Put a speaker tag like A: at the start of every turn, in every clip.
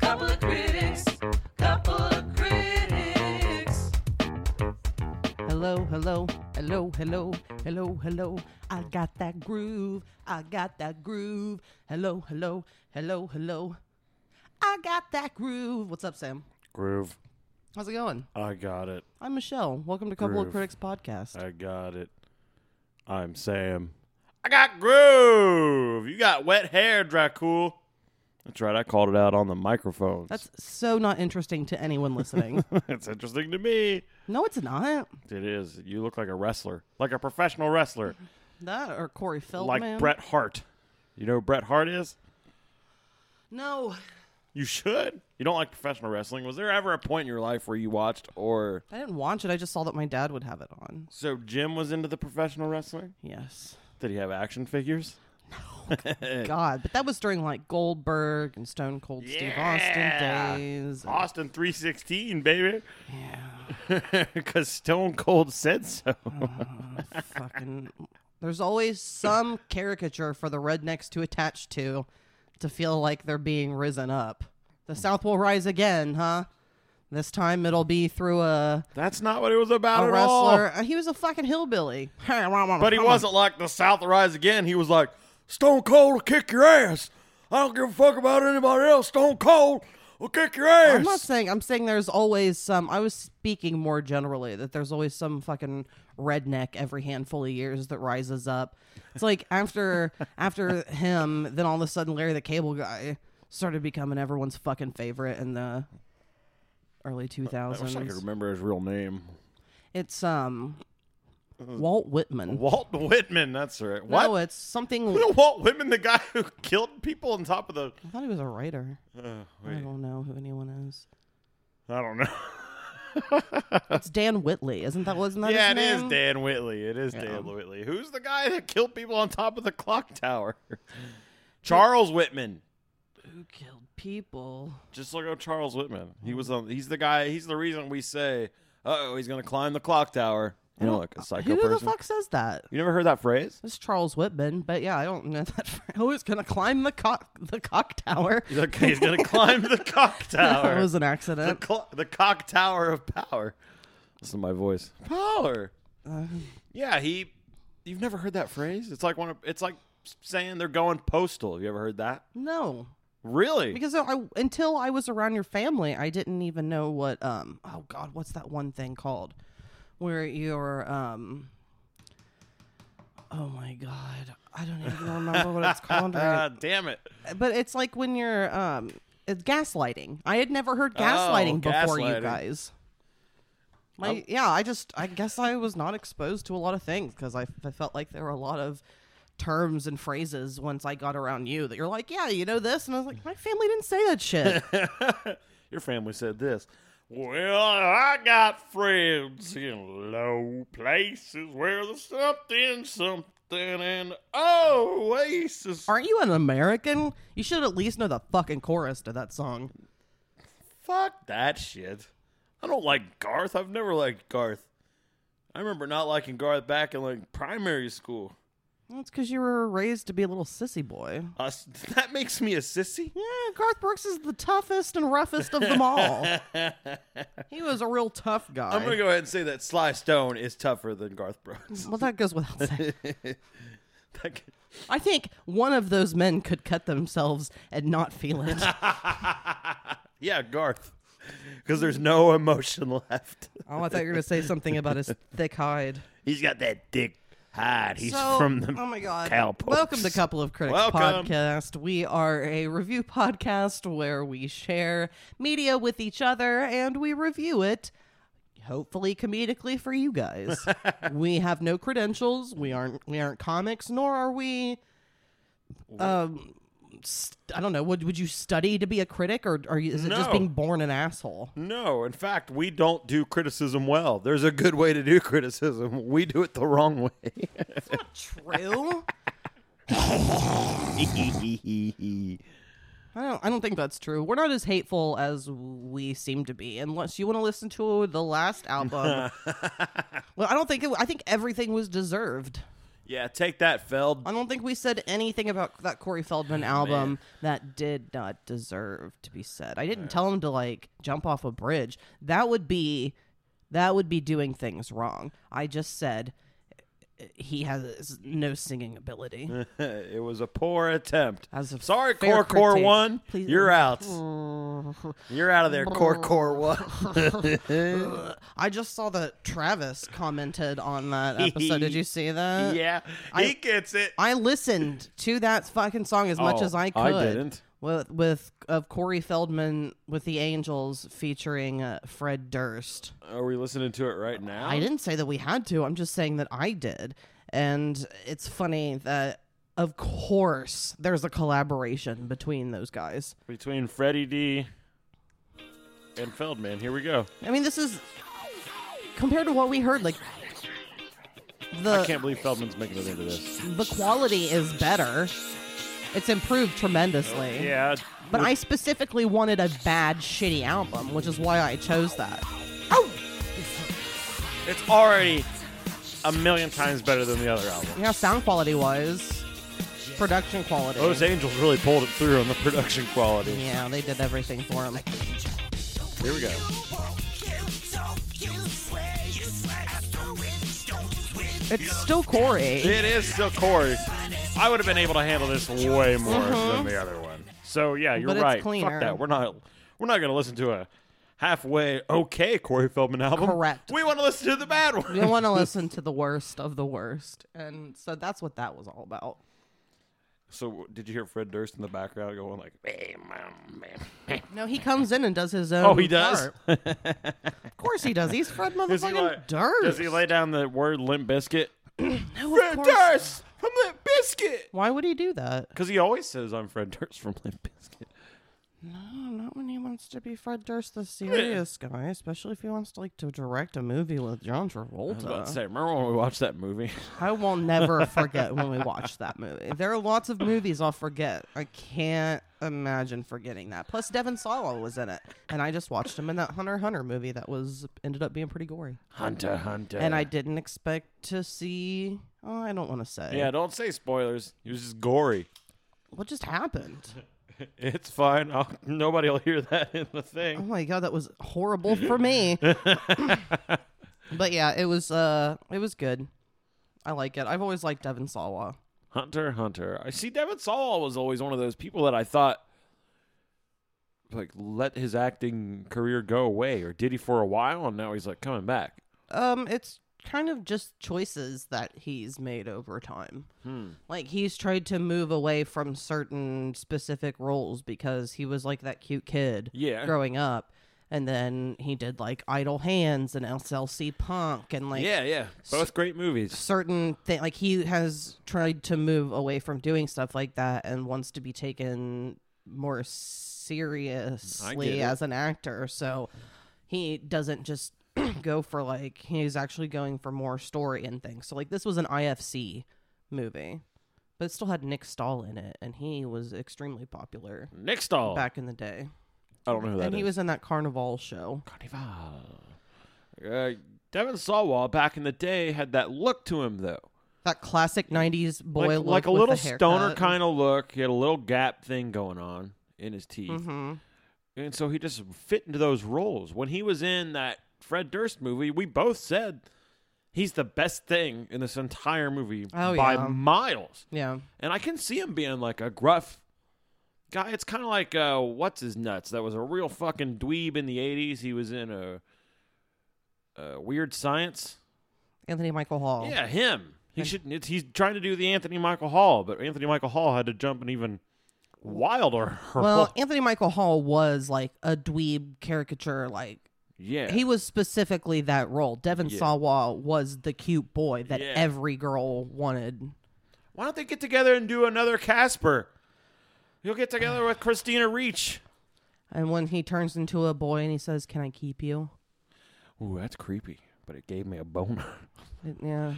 A: Couple of critics. Couple of critics.
B: Hello, hello, hello, hello, hello, hello. I got that groove. I got that groove. Hello, hello, hello, hello. I got that groove. What's up, Sam?
C: Groove.
B: How's it going?
C: I got it.
B: I'm Michelle. Welcome to Couple of
C: Groove.
B: Critics Podcast.
C: I got it. I'm Sam. I got groove. You got wet hair, Dracul. That's right. I called it out on the microphones.
B: That's so not interesting to anyone listening.
C: That's interesting to me.
B: no, it's not.
C: It is. You look like a wrestler, like a professional wrestler,
B: That or Corey
C: like
B: Feldman.
C: Bret Hart. You know who Bret Hart is?
B: No,
C: You should. You don't like professional wrestling. Was there ever a point in your life where you watched or
B: I didn't watch it. I just saw that my dad would have it on.
C: so Jim was into the professional wrestling?
B: Yes.
C: Did he have action figures? Eh.
B: God, but that was during like Goldberg and Stone Cold Steve Austin
C: Yeah.
B: days. and-
C: Austin 316, baby.
B: yeah.
C: Because Stone Cold said so.
B: fucking there's always some caricature for the rednecks to attach to to feel like they're being risen up the south will rise again huh this time it'll be through a,
C: That's not what it was about
B: a
C: at all.
B: wrestler Uh, he was a fucking hillbilly
C: But he wasn't like the South will rise again. He was like, Stone Cold will kick your ass. I don't give a fuck about anybody else. Stone Cold will kick your ass.
B: i'm not saying i'm saying there's always some i was speaking more generally that there's always some fucking redneck every handful of years that rises up it's like after after him then all of a sudden larry the cable guy started becoming everyone's fucking favorite in the early
C: I wish I could
B: 2000s
C: remember his real name.
B: it's um walt whitman
C: Walt Whitman. That's right. Mm-hmm. What?
B: no it's something
C: you know Walt Whitman, the guy who killed people on top of the.
B: i thought he was a writer
C: Uh,
B: i
C: wait,
B: don't know who anyone is
C: I don't know.
B: it's dan whitley isn't that wasn't that
C: yeah,
B: his
C: it is
B: name?
C: Dan Whitley. It is Dan Whitley. Who's the guy that killed people on top of the clock tower? Charles Whitman.
B: who killed people
C: Just look at Charles Whitman. He was on. He's the guy. He's the reason we say, "Oh, he's going to climb the clock tower." You know, like a psycho
B: who
C: person.
B: the fuck says that
C: You never heard that phrase?
B: It's Charles Whitman, but yeah, I don't know that. Who's gonna climb the cock the cock tower?
C: He's like, he's going to climb the clock
B: That
C: tower.
B: was an
C: the,
B: accident.
C: clo- the cock tower of power. Listen to my voice. Power.
B: Uh,
C: yeah, he. You've never heard that phrase? It's like one. Of, it's like saying they're going postal. Have you ever heard that?
B: No,
C: Really?
B: because I, until I was around your family, I didn't even know what. Um, oh God, what's that one thing called? Where you're um. Oh my God, I don't even remember what it's called.
C: Ah,
B: right-
C: damn it.
B: But it's like when you're um, it's gaslighting. I had never heard gaslighting before, you
C: gaslighting.
B: guys. My yeah, I just I guess I was not exposed to a lot of things because I, I felt like there were a lot of terms and phrases once I got around you that you're like, yeah, you know this, and I was like, my family didn't say that shit.
C: Your family said this. Well, I got friends in low places where there's something, something, and oasis.
B: Aren't you an American? You should at least know the fucking chorus to that song.
C: Fuck that shit. I don't like Garth. I've never liked Garth. I remember not liking Garth back in like primary school.
B: That's because you were raised to be a little sissy boy.
C: Uh, s- that makes me a sissy.
B: Yeah, Garth Brooks is the toughest and roughest of them all. he was a real tough guy.
C: I'm gonna go ahead and say that Sly Stone is tougher than Garth Brooks.
B: Well, that goes without saying.
C: That could-
B: I think one of those men could cut themselves and not feel it.
C: yeah, Garth, because there's no emotion left.
B: oh, I thought you were going to say something about his thick hide.
C: He's got that thick hide. He's
B: So-
C: from the
B: oh my god!
C: cowpokes.
B: Welcome to Couple of Critics
C: Welcome.
B: podcast. We are a review podcast where we share media with each other and we review it. Hopefully, comedically for you guys. we have no credentials. We aren't. We aren't comics, nor are we. Um, st- I don't know. Would would you study to be a critic, or are you? Is it just
C: No.
B: being born an asshole?
C: No, in fact, we don't do criticism well. There's a good way to do criticism. We do it the wrong way.
B: True. I don't, I don't think that's true. We're not as hateful as we seem to be, unless you want to listen to the last album. well, I don't think it, I think everything was deserved.
C: Yeah, take that, Feld.
B: I don't think we said anything about that Corey Feldman
C: Oh,
B: album that did not deserve to be said. I didn't tell him to like jump off a bridge. That would be that would be doing things wrong. I just said eh, he has no singing ability.
C: it was a poor attempt.
B: As a
C: Eh. Sorry,
B: fair
C: Core Core
B: critique.
C: One.
B: Please-
C: You're out. You're out of there, Core Core One.
B: I just saw that Travis commented on that episode. Did you see that?
C: yeah,
B: I-
C: he gets it.
B: I listened to that fucking song as much
C: Oh,
B: as I could.
C: I didn't.
B: With, with of Corey Feldman with the Angels featuring uh, Fred Durst.
C: Are we listening to it right now?
B: I didn't say that we had to. I'm just saying that I did. And it's funny that of course there's a collaboration between those guys.
C: Between Freddie D and Feldman. Here we go.
B: I mean, this is compared to what we heard like
C: I
B: the
C: can't believe Feldman's making it into this.
B: the quality is better. It's improved tremendously.
C: Yeah.
B: But I specifically wanted a bad, shitty album, which is why I chose that.
C: It's already a million times better than the other album.
B: You know, sound quality wise, production quality.
C: Those Angels really pulled Oh, it through on the production quality.
B: yeah, they did everything for him.
C: Here we go.
B: It's still Corey.
C: It is still Corey. I would have been able to handle this way more than the other one. So yeah, you're
B: Mm-hmm. But it's
C: right.
B: cleaner.
C: Fuck that. We're not. We're not going to listen to a halfway okay Corey Feldman album.
B: Correct.
C: We want to listen to the bad one.
B: You don't want to listen to the worst of the worst. And so that's what that was all about.
C: So did you hear Fred Durst in the background going like, "Hey, man, man."
B: No, he comes in and does his own.
C: Oh, he does?
B: part. of course he does. He's Fred motherfucking
C: Does he like-
B: Durst.
C: Does he lay down the word Limp Biscuit?
B: No, of
C: Fred
B: course-
C: Durst from Limp Biscuit.
B: Why would he do that?
C: Because he always says I'm Fred Durst from Limp Biscuit.
B: No, Oh, not when he wants to be Fred Durst, the serious guy. Especially if he wants to like to direct a movie with John
C: I was about to
B: Travolta.
C: say, remember when we watched that movie?
B: I will never forget when we watched that movie. There are lots of movies I'll forget. I can't imagine forgetting that. Plus, Devin Sawa was in it, and I just watched him in that Hunter x Hunter movie that was ended up being pretty gory.
C: Hunter, Hunter.
B: And I didn't expect to see. Oh, I don't want to say.
C: Yeah, don't say spoilers. He was just gory.
B: What just happened?
C: It's fine. I'll, nobody will hear that in the
B: Oh
C: thing.
B: my god, that was horrible for me. but yeah, it was uh it was good. I like it. I've always liked Devin Sawa.
C: Hunter, Hunter. I see. Devin Sawa was always one of those people that I thought, like, let his acting career go away, or did he for a while, and now he's like coming back.
B: Um it's kind of just choices that he's made over time. Like he's tried to move away from certain specific roles because he was like that cute kid
C: Yeah.
B: growing up. And then he did like Idle Hands and SLC Punk and like
C: yeah, yeah. Both great movies.
B: certain thing like he has tried to move away from doing stuff like that and wants to be taken more seriously
C: it.
B: as an actor so he doesn't just go for like he's actually going for more story and things so like this was an ifc movie but it still had nick stahl in it and he was extremely popular
C: Nick Stahl.
B: back in the day
C: I don't know who that
B: and he
C: is.
B: was in that carnival show
C: Uh, Devin Sawa back in the day had that look to him though.
B: that classic 90s boy
C: like,
B: look
C: like a
B: with
C: little
B: the
C: stoner
B: haircut.
C: kind of look. He had a little gap thing going on in his teeth,
B: Mm-hmm.
C: and so he just fit into those roles. When he was in that Fred Durst movie, we both said he's the best thing in this entire movie
B: Oh,
C: by
B: yeah.
C: miles.
B: yeah
C: And I can see him being like a gruff guy. It's kind of like uh, what's his nuts? That was a real fucking dweeb in the '80s. He was in a, a Weird Science.
B: anthony michael hall
C: Yeah, him. He should. It's, he's trying to do the Anthony Michael Hall, but Anthony Michael Hall had to jump an even wilder hurdle.
B: Well, Anthony Michael Hall was like a dweeb caricature. Like
C: yeah,
B: he was specifically that role. Devin Sawa was the cute boy that
C: Yeah.
B: every girl wanted.
C: Why don't they get together and do another Casper? You'll get together with Christina Reach.
B: And when he turns into a boy and he says, "Can I keep you?"
C: Ooh, that's creepy, but it gave me a boner.
B: It- yeah,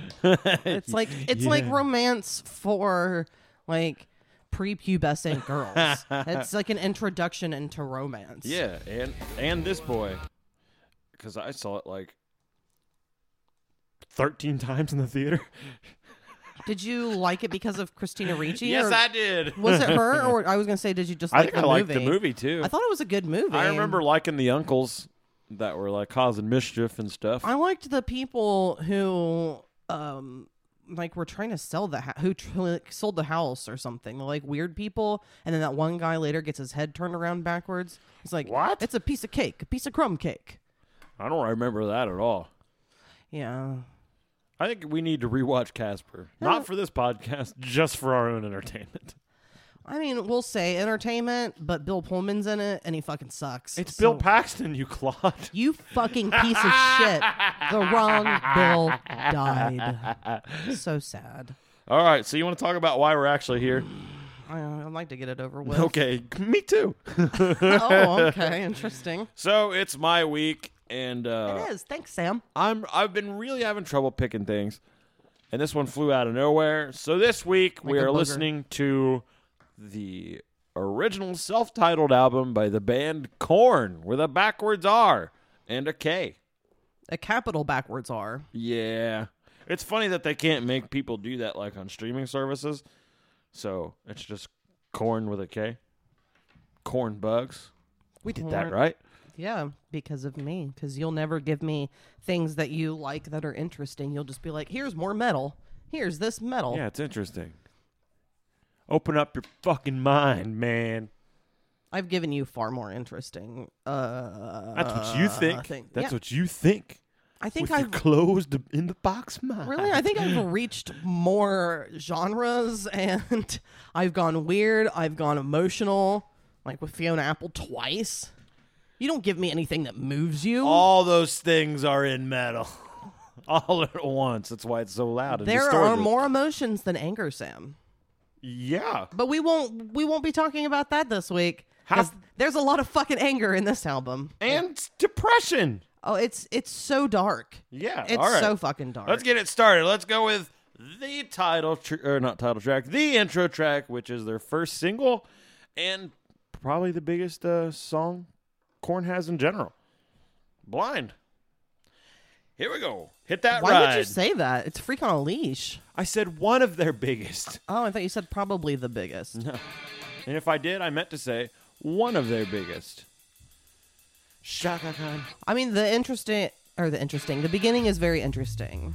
B: it's like it's like romance for like prepubescent girls. it's like an introduction into romance.
C: yeah, and and this boy, because I saw it like thirteen times in the theater.
B: Did you like it because of Christina Ricci?
D: yes,
B: or
D: I did.
B: was it her? Or I was gonna say, did you just
C: I
B: like
C: think
B: the
C: I
B: movie?
C: liked the movie too.
B: I thought it was a good movie.
C: I remember liking the uncles that were like causing mischief and stuff.
B: I liked the people who, um, like were trying to sell the ho- who tr- like, sold the house or something. Like weird people, and then that one guy later gets his head turned around backwards. It's like
C: What?
B: It's a piece of cake, a piece of crumb cake.
C: I don't remember that at all.
B: Yeah.
C: I think we need to rewatch Casper. Not for this podcast, just for our own entertainment.
B: I mean, we'll say entertainment, but Bill Pullman's in it, and he fucking sucks.
C: It's
B: So-
C: Bill Paxton, you clod.
B: You fucking piece of shit. The wrong Bill died. So sad.
C: All right, so you want to talk about why we're actually here?
B: I, I'd like to get it over with.
C: Okay, me too.
B: oh, okay. Interesting.
C: so it's my week, and uh,
B: it is. Thanks, Sam.
C: I'm I've been really having trouble picking things, and this one flew out of nowhere. So this week we
B: a
C: are
B: booger.
C: listening to the original self-titled album by the band Korn with a backwards R and a K.
B: A capital backwards R.
C: Yeah. It's funny that they can't make people do that like on streaming services. So it's just corn with a K. Corn bugs. We did that
B: Corn.
C: right.
B: Yeah, because of me. Because you'll never give me things that you like that are interesting. You'll just be like, here's more metal. Here's this metal.
C: Yeah, it's interesting. Open up your fucking mind, man.
B: I've given you far more interesting. Uh,
C: That's what you think.
B: thing.
C: That's
B: Yeah.
C: what you think.
B: I think
C: with
B: I've
C: your closed in the box mind.
B: Really? I think I've reached more genres and I've gone weird. I've gone emotional, like with Fiona Apple twice. You don't give me anything that moves you.
C: all those things are in metal. All at once. That's why it's so loud. and
B: there
C: distorted.
B: are more emotions than anger, Sam.
C: Yeah.
B: But we won't we won't be talking about that this week. 'cause
C: How-
B: There's a lot of fucking anger in this album.
C: And depression.
B: Oh, it's it's so dark.
C: Yeah.
B: It's
C: all right.
B: so fucking dark.
C: Let's get it started. Let's go with the title, tr- or not title track, the intro track, which is their first single and probably the biggest uh, song Korn has in general. Blind. Here we go. Hit that
B: Why
C: ride.
B: would you say that? It's freak on a leash.
C: I said one of their biggest.
B: Oh, I thought you said probably the biggest.
C: And if I did, I meant to say one of their biggest. Shaka Khan.
B: I mean, the interesting or the interesting. The beginning is very interesting.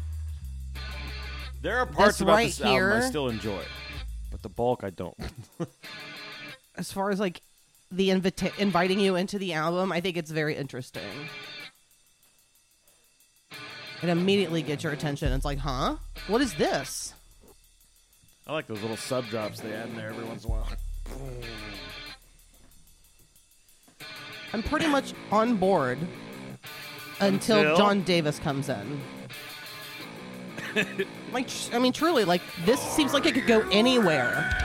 C: There are parts
B: This
C: about
B: right
C: this album I
B: here-
C: still enjoy, but the bulk I don't.
B: As far as like the invita- inviting you into the album, I think it's very interesting. It immediately gets your attention. It's like, huh? What is this?
C: I like those little sub drops they add in there every once in a while.
B: I'm pretty much on board until,
C: Until?
B: John Davis comes in. like, tr- I mean, truly, like this seems like it could go anywhere.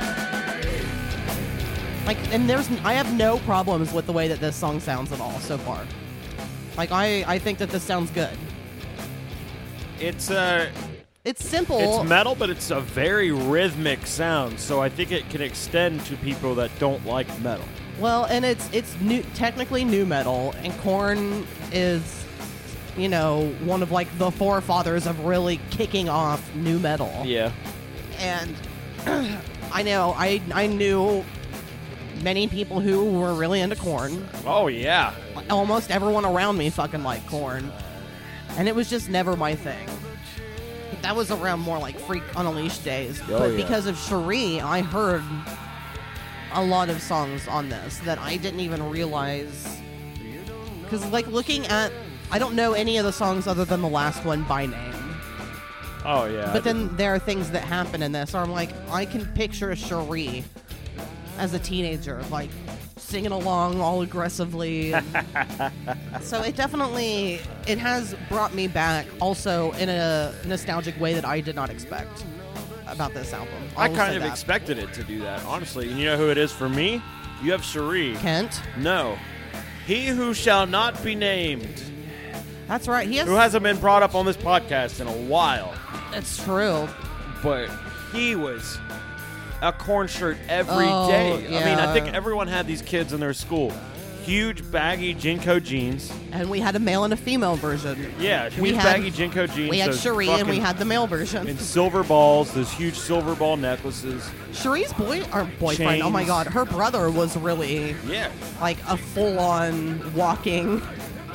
B: Like, and there's, I have no problems with the way that this song sounds at all so far. Like, I, I think that this sounds good.
C: It's uh,
B: It's simple.
C: it's metal, but it's a very rhythmic sound, so I think it can extend to people that don't like metal.
B: well, and it's, it's new, technically new metal, and Korn is, you know, one of like the forefathers of really kicking off new metal.
C: Yeah,
B: and I know I I knew many people who were really into corn.
C: oh yeah,
B: Almost everyone around me fucking liked corn, and it was just never my thing. That was around more like Freak on a Leash days,
C: Oh,
B: but
C: yeah.
B: because of Cherie, I heard a lot of songs on this that I didn't even realize. Because like looking at, I don't know any of the songs other than the last one by name.
C: oh yeah.
B: But then there are things that happen in this, or I'm like, I can picture Cherie as a teenager, like singing along all aggressively. so it definitely it has brought me back, also in a nostalgic way that I did not expect about this album.
C: I
B: will
C: kind
B: say
C: of
B: that.
C: expected it to do that, honestly. And you know who it is for me? You have Cherie.
B: Kent.
C: No, he who shall not be named,
B: That's right. He has.
C: who hasn't been brought up on this podcast in a while,
B: it's true.
C: but he was. A corn shirt every
B: Oh,
C: day. I mean, I
B: yeah.
C: think everyone had these kids in their school. huge baggy Jinko jeans.
B: And we had a male and a female version.
C: Yeah,
B: We
C: huge
B: had-
C: baggy Jinko jeans.
B: We had
C: those
B: Cherie and we
C: fucking-
B: had the male version.
C: and silver balls, those huge silver ball necklaces.
B: Cherie's boy or boyfriend, oh my
C: Chains.
B: god, her brother was really
C: Yeah,
B: like a full on walking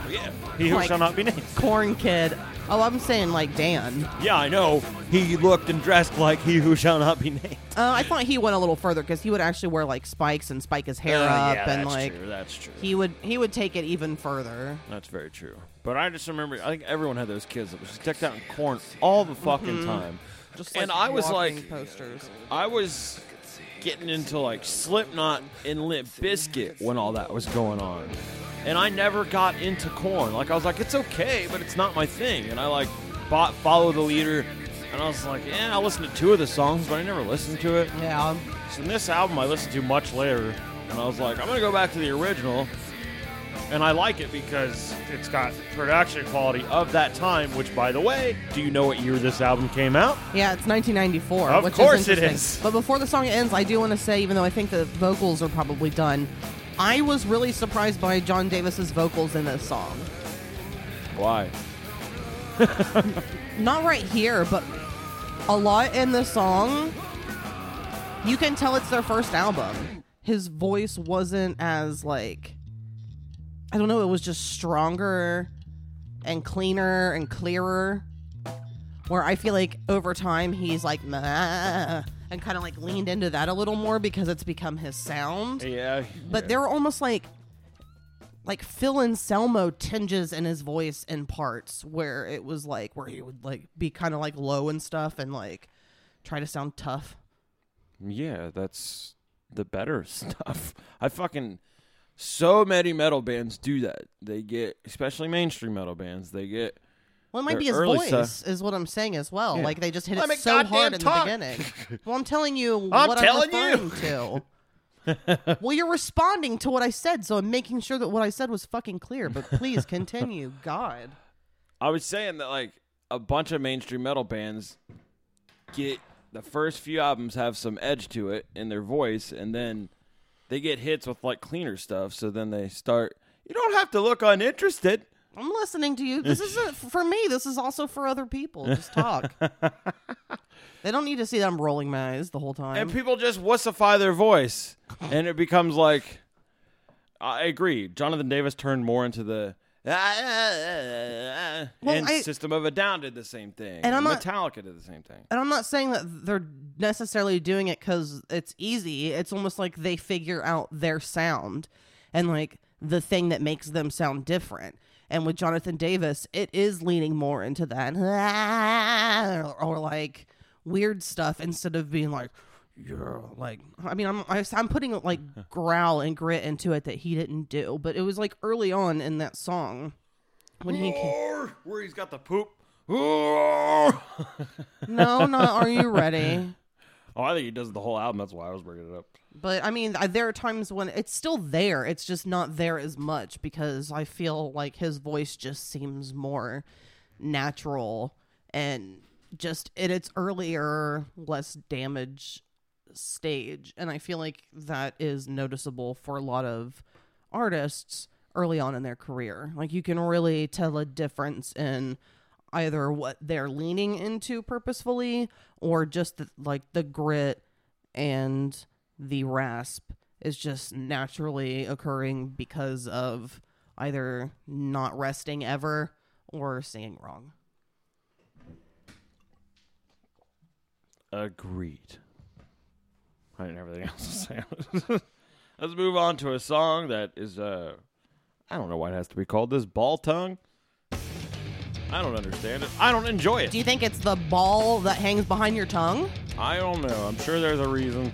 C: yeah. He who
B: Like-
C: shall not be named.
B: corn kid. Oh, I'm saying like Dan.
C: Yeah, I know. He looked and dressed like he who shall not be named.
B: Uh, I thought he went a little further because he would actually wear like spikes and spike his hair
C: Uh,
B: up
C: yeah,
B: and
C: that's
B: like
C: true. That's true.
B: he would he would take it even further.
C: That's very true. But I just remember, I think everyone had those kids that was just decked out in corn all the fucking time.
B: Mm-hmm. Just
C: and
B: like,
C: I was
B: walking
C: like,
B: posters.
C: I was getting into like Slipknot and Limp Biscuit when all that was going on. And I never got into corn. Like I was like, it's okay, but it's not my thing. And I like bought Follow the Leader and I was like, yeah, I listened to two of the songs, but I never listened to it.
B: Yeah.
C: So this album I listened to much later, and I was like, I'm gonna go back to the original, and I like it because it's got production quality of that time. Which, by the way, do you know what year this album came out?
B: Yeah, it's 1994.
C: Of
B: which
C: course
B: is
C: it
B: interesting.
C: is.
B: But before the song ends, I do want to say, even though I think the vocals are probably done, I was really surprised by John Davis's vocals in this song.
C: Why?
B: Not right here, but a lot in the song. You can tell it's their first album. His voice wasn't as like I don't know. It was just stronger and cleaner and clearer. Where I feel like over time he's like "Mah," and kind of like leaned into that a little more because it's become his sound.
C: Yeah,
B: But there were almost like like Phil Anselmo tinges in his voice in parts where it was like where he would like be kind of like low and stuff and like try to sound tough.
C: yeah, that's the better stuff. I fucking so many metal bands do that. They get, especially mainstream metal bands, they get.
B: Well, it might
C: Their
B: be his
C: early
B: voice,
C: stuff.
B: is what I'm saying as well.
C: Yeah.
B: Like they just hit
C: Let me
B: it so
C: goddamn
B: hard in
C: talk.
B: the beginning. well, I'm telling you
C: I'm
B: what
C: telling you.
B: I'm referring to. well, you're responding to what I said, so I'm making sure that what I said was fucking clear. But please continue, God.
C: I was saying that like a bunch of mainstream metal bands get the first few albums have some edge to it in their voice, and then they get hits with like cleaner stuff. So then they start. You don't have to look uninterested.
B: I'm listening to you. This isn't for me. This is also for other people. Just talk. they don't need to see that I'm rolling my eyes the whole time.
C: And people just wussify their voice, and it becomes like. I agree. Jonathan Davis turned more into the. "Ah,
B: Well,
C: and
B: I-
C: System of a Down did the same thing.
B: And I'm not-
C: Metallica did the same thing.
B: and I'm not saying that they're necessarily doing it because it's easy. It's almost like they figure out their sound and like the thing that makes them sound different. And with Jonathan Davis, it is leaning more into that or like weird stuff instead of being like, yeah, like I mean, I'm I, I'm putting like growl and grit into it that he didn't do, but it was like early on in that song when he came.
C: Roar, Where he's got the poop. Roar.
B: No, not are you ready?
C: Oh, I think he does the whole album. That's why I was bringing it up.
B: But I mean, I- there are times when it's still there. It's just not there as much because I feel like his voice just seems more natural and just in its earlier, less damage stage. And I feel like that is noticeable for a lot of artists early on in their career. Like you can really tell a difference in either what they're leaning into purposefully or just the, like the grit and the rasp is just naturally occurring because of either not resting ever or singing wrong.
C: Agreed. I didn't have anything else to say. Let's move on to a song that is, uh, I don't know why it has to be called this. Ball tongue? I don't understand it. I don't enjoy
B: Do
C: it.
B: you think it's the ball that hangs behind your tongue?
C: I don't know. I'm sure there's a reason.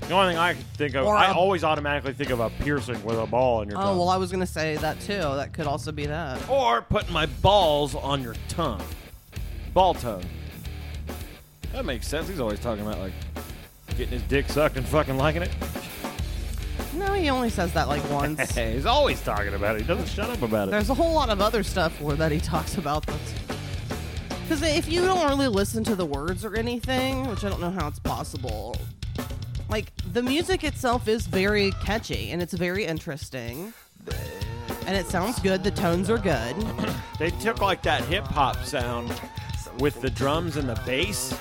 C: The only thing I could think of,
B: Or
C: I
B: a-
C: always automatically think of a piercing with a ball in your
B: Oh,
C: tongue.
B: well, I was going to say that too. That could also be that.
C: or putting my balls on your tongue. Ball tongue. That makes sense. He's always talking about like getting his dick sucked and fucking liking it.
B: No, he only says that like once.
C: Hey, he's always talking about it. He doesn't shut up about it.
B: There's a whole lot of other stuff where that he talks about that's because if you don't really listen to the words or anything, which I don't know how it's possible, like The music itself is very catchy and it's very interesting. And it sounds good. The tones are good.
C: They took like that hip hop sound with the drums and the bass,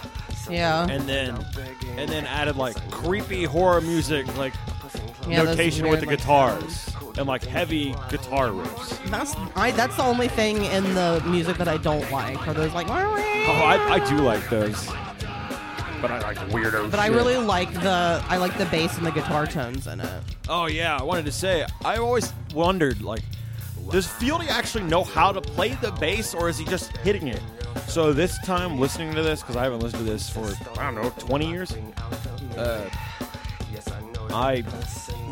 B: Yeah.
C: and then and then added like creepy horror music, like
B: Yeah, those
C: notation with the
B: weird,
C: guitars and like heavy guitar riffs.
B: That's I, that's the only thing in the music that I don't like. Are those like
C: Oh, I, I do like those. But I like weirdo.
B: But I really like the I like the bass and the guitar tones in it.
C: Oh yeah, I wanted to say I always wondered like, does Fieldy actually know how to play the bass, or is he just hitting it? So this time, listening to this because I haven't listened to this for I don't know twenty years. Uh, I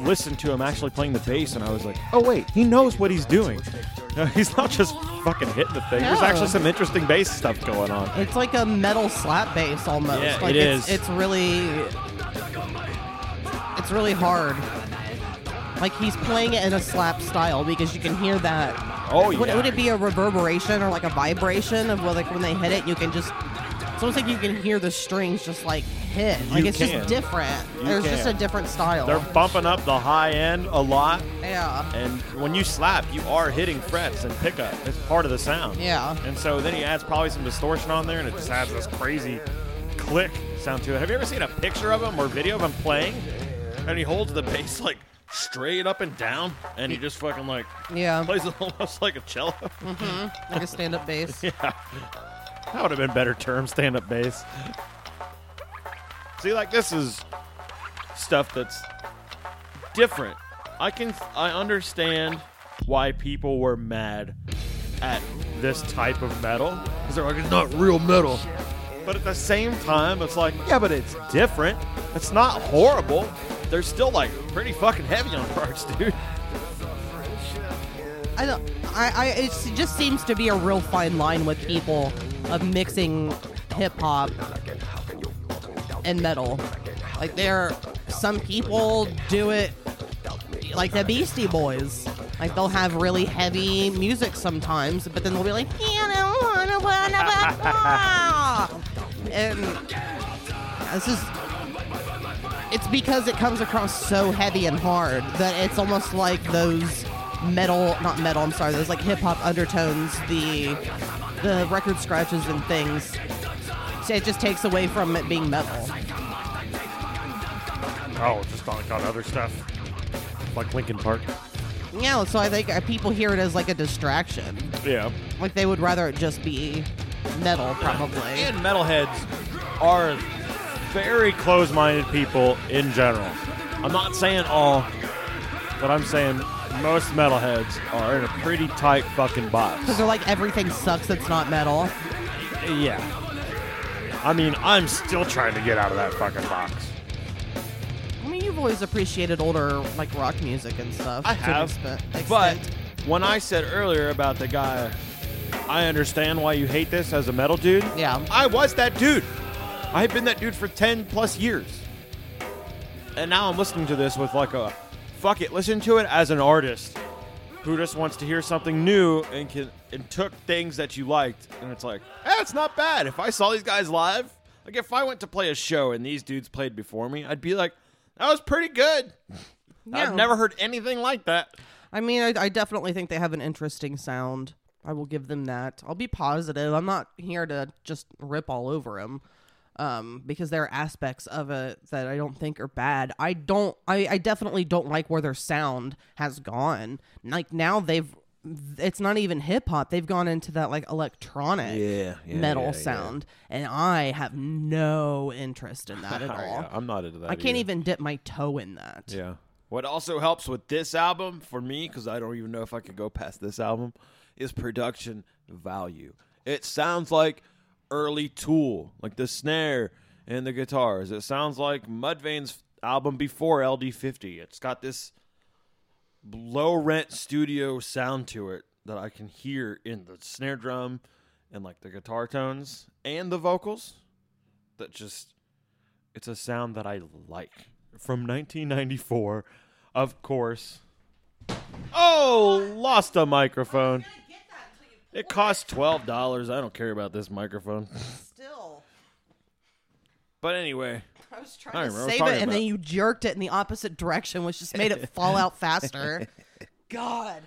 C: listened to him actually playing the bass, and I was like, oh wait, he knows what he's doing. No, he's not just fucking hitting the thing. There's
B: No.
C: actually some interesting bass stuff going on.
B: It's like a metal slap bass almost.
C: Yeah,
B: like
C: it
B: it's,
C: is.
B: It's really, it's really hard. Like he's playing it in a slap style because you can hear that.
C: Oh yeah.
B: Would, would it be a reverberation or like a vibration of well, like when they hit it, you can just. It's almost like you can hear the strings just like hit. Like
C: You
B: it's
C: can.
B: just different.
C: You
B: There's just a
C: can.
B: different style.
C: They're bumping up the high end a lot.
B: yeah.
C: And when you slap, you are hitting frets and pickup. It's part of the sound.
B: Yeah.
C: And so then he adds probably some distortion on there, and it just adds this crazy click sound to it. Have you ever seen a picture of him or video of him playing? And he holds the bass like straight up and down, and he just fucking like
B: Yeah.
C: plays it almost like a cello.
B: Like a stand up bass.
C: That would have been better term, stand up bass. See, like this is stuff that's different. I can I understand why people were mad at this type of metal because they're like it's not real metal. But at the same time, it's like yeah, but it's different. It's not horrible. They're still like pretty fucking heavy on parts, dude.
B: I don't. I. I it's- it just seems to be a real fine line with people of mixing hip hop and metal. Like there, some people do it like the Beastie Boys. Like they'll have really heavy music sometimes, but then they'll be like, you don't wanna wanna blah, blah." and this is. It's because it comes across so heavy and hard that it's almost like those metal, not metal. I'm sorry, those like hip hop undertones, the the record scratches and things. So it just takes away from it being metal.
C: Oh, just on, on other stuff like Linkin Park.
B: Yeah, so I think uh, people hear it as like a distraction.
C: Yeah.
B: Like they would rather it just be metal, probably.
C: and metalheads are very close-minded people in general. I'm not saying all, but I'm saying most metalheads are in a pretty tight fucking box.
B: Because they're like everything sucks that's not metal.
C: Yeah. I mean, I'm still trying to get out of that fucking box.
B: I mean, you've always appreciated older like rock music and stuff.
C: I
B: to an
C: have,
B: expe-
C: but
B: extent.
C: when I said earlier about the guy, I understand why you hate this as a metal dude.
B: Yeah.
C: I was that dude. I had been that dude for 10 plus years. And now I'm listening to this with like a fuck it, listen to it as an artist who just wants to hear something new and can and took things that you liked and it's like, eh, it's not bad. If I saw these guys live, like if I went to play a show and these dudes played before me, I'd be like, that was pretty good.
B: Yeah.
C: I've never heard anything like that.
B: I mean, I, I definitely think they have an interesting sound. I will give them that. I'll be positive. I'm not here to just rip all over them um, because there are aspects of it that I don't think are bad. I don't. I, I definitely don't like where their sound has gone. Like now they've. It's not even hip hop. They've gone into that like electronic
C: Yeah, yeah,
B: metal
C: yeah, yeah.
B: sound, and I have no interest in that at all.
C: Oh, I'm not into that.
B: Oh, I can't even dip my toe in that.
C: Yeah. What also helps with this album for me, because I don't even know if I could go past this album, is production value. It sounds like early Tool, like the snare and the guitars. It sounds like Mudvayne's album before LD50. It's got this low rent studio sound to it that I can hear in the snare drum and like the guitar tones and the vocals. That just it's a sound that I like from 1994, of course. Oh, lost a microphone. It cost twelve dollars. I don't care about this microphone.
B: Still.
C: But anyway,
B: I was
C: I
B: trying to
C: remember
B: save
C: talking
B: it, and
C: about
B: then
C: it.
B: you jerked it in the opposite direction, which just made it fall out faster. God,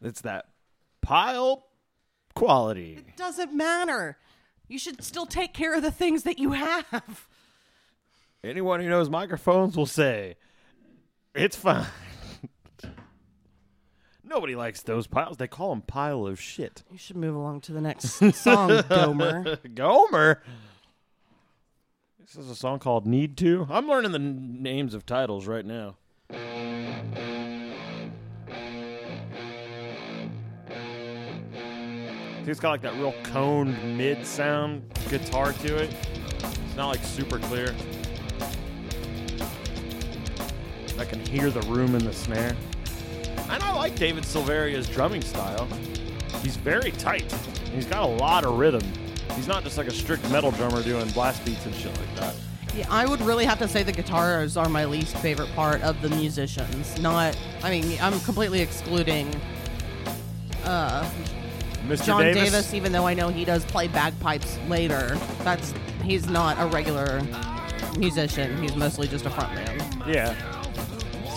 C: it's that pile quality.
B: doesn't matter. You should still take care of the things that you have.
C: Anyone who knows microphones will say it's fine. Nobody likes those piles. They call them pile of shit.
B: You should move along to the next song, Gomer.
C: Gomer. This is a song called Need To. I'm learning the n- names of titles right now. See, It's got like that real coned mid sound guitar to it. It's not like super clear. I can hear the room in the snare. And I like David Silveria's drumming style. He's very tight. and He's got a lot of rhythm. He's not just like a strict metal drummer doing blast beats and shit like that.
B: Yeah, I would really have to say the guitars are my least favorite part of the musicians. Not, I mean, I'm completely excluding uh,
C: Mr.
B: John Davis. even though I know he does play bagpipes later. That's he's not a regular musician. He's mostly just a frontman.
C: Yeah.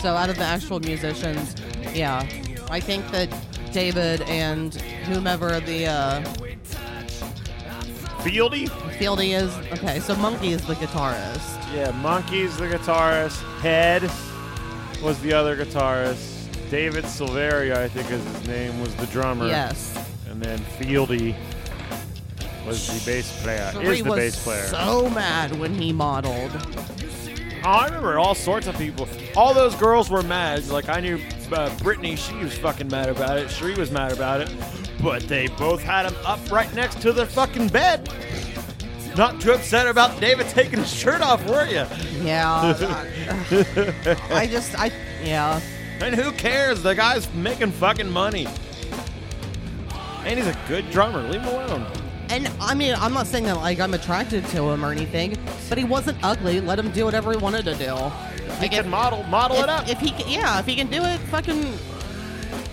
B: So out of the actual musicians, yeah, I think that David and whomever the uh,
C: Fieldy?
B: Fieldy is. Okay, so Monkey is the guitarist.
C: Yeah, Monkey's the guitarist. Head was the other guitarist. David Silveria, I think is his name, was the drummer.
B: Yes,
C: And then Fieldy was the bass player.
B: Sheree was so mad when he modeled.
C: Oh, I remember all sorts of people. All those girls were mad. Like I knew uh, Brittany, she was fucking mad about it. Sheree was mad about it. But they both had him up right next to their fucking bed. Not too upset about David taking his shirt off, were you?
B: Yeah, that- I just I yeah.
C: And who cares? The guy's making fucking money. And he's a good drummer. Leave him alone.
B: And I mean, I'm not saying that like I'm attracted to him or anything, but he wasn't ugly. Let him do whatever he wanted to do.
C: He can model, model it up.
B: If, if he, can, yeah, if he can do it, fucking.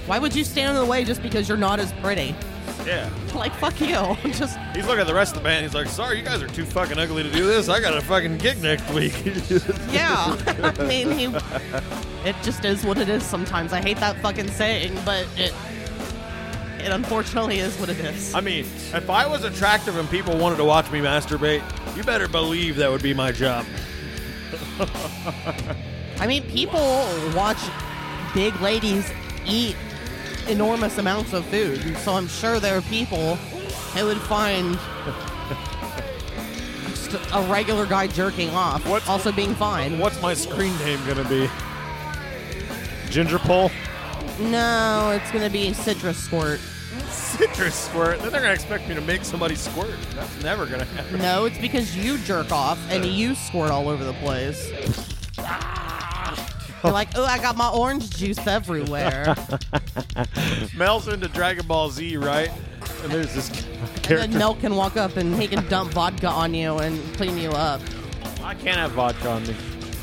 B: Why would you stand in the way just because you're not as pretty?
C: yeah.
B: Like fuck you. just
C: He's looking at the rest of the band. He's like, "Sorry, you guys are too fucking ugly to do this. I got a fucking gig next week."
B: yeah. I mean, he. It just is what it is. Sometimes I hate that fucking saying, but it. It unfortunately is what it is.
C: I mean, if I was attractive and people wanted to watch me masturbate, you better believe that would be my job.
B: I mean, people watch big ladies eat enormous amounts of food, and so I'm sure there are people who would find just a regular guy jerking off
C: What's-
B: also being fine.
C: What's my screen name gonna be? Ginger pole?
B: No, it's gonna be citrus squirt.
C: Citrus squirt? Then they're gonna expect me to make somebody squirt. That's never gonna happen.
B: No, it's because you jerk off and you squirt all over the place. You're like, oh, I got my orange juice everywhere.
C: Mel's into Dragon Ball Z, right? And there's this
B: and
C: character.
B: then Mel can walk up and he can dump vodka on you and clean you up.
C: I can't have vodka on me.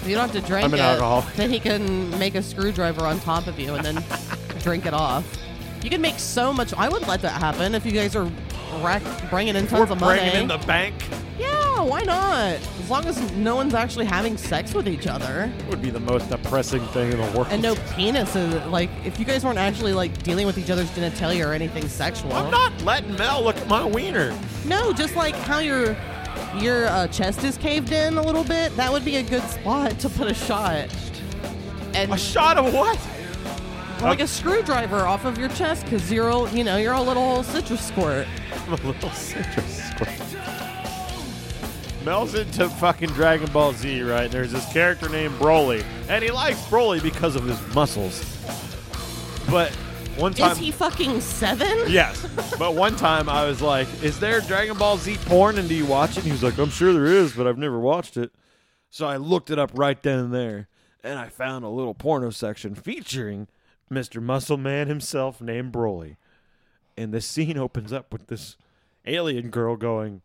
B: You don't have to drink
C: I'm an
B: it.
C: alcoholic.
B: Then he can make a screwdriver on top of you and then drink it off. You can make so much. I would let that happen if you guys are rack, bringing in tons
C: We're
B: of money.
C: bringing in the bank.
B: yeah, why not? As long as no one's actually having sex with each other
C: It would be the most depressing thing in the world.
B: and no penis. is- Like, if you guys weren't actually like dealing with each other's genitalia or anything sexual.
C: I'm not letting Mel look at my wiener.
B: No, just like how your your uh, chest is caved in a little bit. That would be a good spot to put a shot. And
C: A shot of what?
B: like a screwdriver off of your chest because you're all, you know you're a little citrus squirt.
C: I'm a little citrus squirt. Mel's into fucking Dragon Ball Z, right? There's this character named Broly, and he likes Broly because of his muscles. But one time,
B: Is he fucking seven?
C: yes. But one time, I was like, "Is there Dragon Ball Z porn? And do you watch it?" And he was like, "I'm sure there is, but I've never watched it." So I looked it up right then and there, and I found a little porno section featuring Mr. Muscle Man himself named Broly. And the scene opens up with this alien girl going,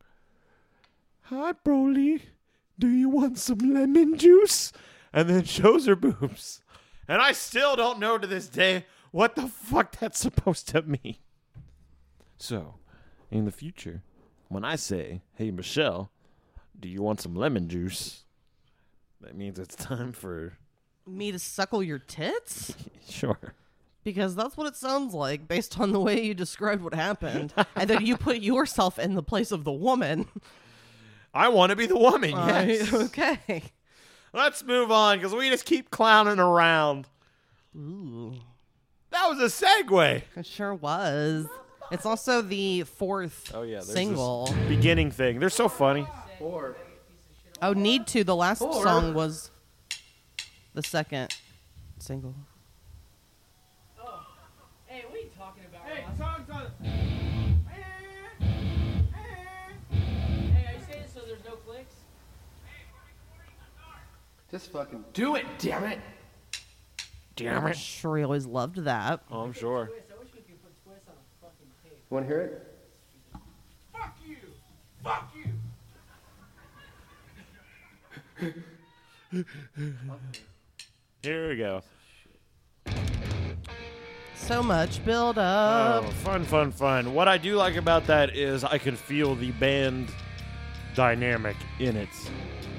C: Hi, Broly. Do you want some lemon juice? And then shows her boobs. And I still don't know to this day what the fuck that's supposed to mean. So, in the future, when I say, Hey, Michelle, Do you want some lemon juice? That means it's time for
B: Me to suckle your tits?
C: sure.
B: Because that's what it sounds like based on the way you described what happened. and then you put yourself in the place of the woman.
C: I want to be the woman. Yes.
B: Uh, okay.
C: Let's move on because we just keep clowning around.
B: Ooh.
C: That was a segue.
B: It sure was. It's also the fourth
C: Oh, yeah, there's this-
B: single.
C: Beginning thing. They're so funny.
B: Oh, need to. The last song was the second single.
E: Hey, what are you talking about?
F: Hey,
E: Ross?
F: song's on.
E: Hey, are you saying so there's no clicks?
G: Just fucking do it, damn it.
B: I'm sure he always loved that.
C: Oh, I'm sure.
E: Chris, I wish we could put twists on a fucking tape.
G: Want to hear it?
F: Fuck you. Fuck you.
C: Here we go.
B: So much build up.
C: Oh, fun, fun, fun. What I do like about that is I can feel the band dynamic in it.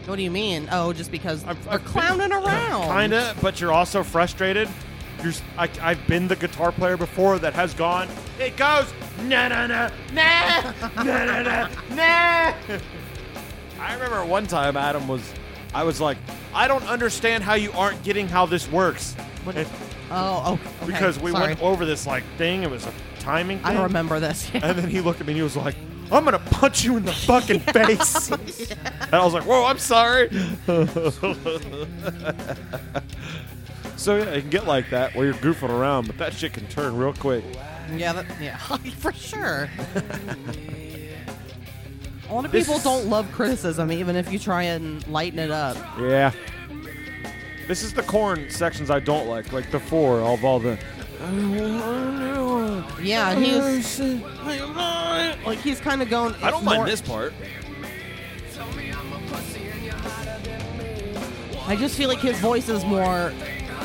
B: What do you mean? Oh, just because
C: I've-
B: they're
C: I've been-
B: clowning around.
C: Kinda, but you're also frustrated. You're, s- I, have been the guitar player before that has gone. It goes na na na na na na na na. I remember one time Adam was, I was like, I don't understand how you aren't getting how this works. And-
B: Oh, oh, okay.
C: because we
B: Sorry.
C: went over this like thing. It was a timing. Thing.
B: I don't remember this.
C: And then he looked at me and he was like, I'm going to punch you in the fucking face. And I was like, whoa, I'm sorry. so, yeah, it can get like that where you're goofing around, but that shit can turn real quick.
B: yeah, that, yeah, for sure. A lot of
C: This
B: people
C: is-
B: don't love criticism, even if you try and lighten it up.
C: Yeah. This is the corn sections I don't like, like the four of all the.
B: Yeah, he's like he's kind of going.
C: I don't
B: it's
C: mind
B: more-
C: this part.
B: I just feel like his voice is more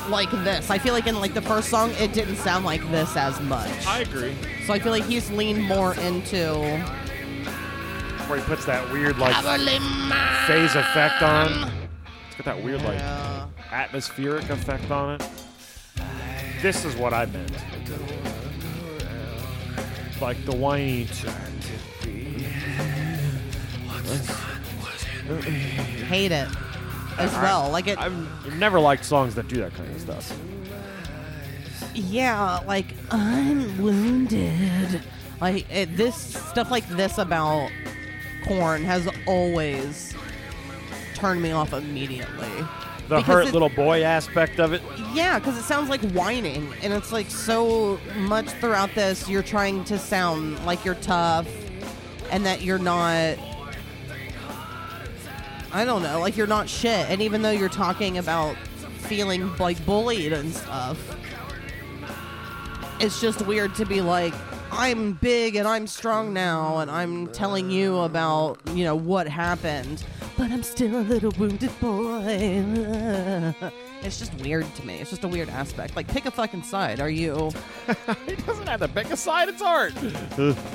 B: like this. I feel like in like the first song, it didn't sound like this as much.
C: I agree.
B: So I feel like he's leaned more into.
C: Where he puts that weird, like, phase effect on. It's got that weird, like.
B: Uh,
C: atmospheric effect on it. This is what I meant. Like the whiny.
B: hate it as well. Like it.
C: I've never liked songs that do that kind of stuff.
B: Yeah, like I'm wounded. Like it, this stuff, like this about corn has always turned me off immediately.
C: The
B: Because
C: hurt
B: it-
C: little boy aspect of it.
B: Yeah, because it sounds like whining, and it's like so much throughout this. You're trying to sound like you're tough, and that you're not. I don't know, like you're not shit. And even though you're talking about feeling like bullied and stuff, it's just weird to be like, I'm big and I'm strong now, and I'm telling you about, you know, what happened, but I'm still a little wounded boy. It's just weird to me. It's just a weird aspect. Like, pick a fucking side. Are you.
C: He doesn't have to pick a side, it's art.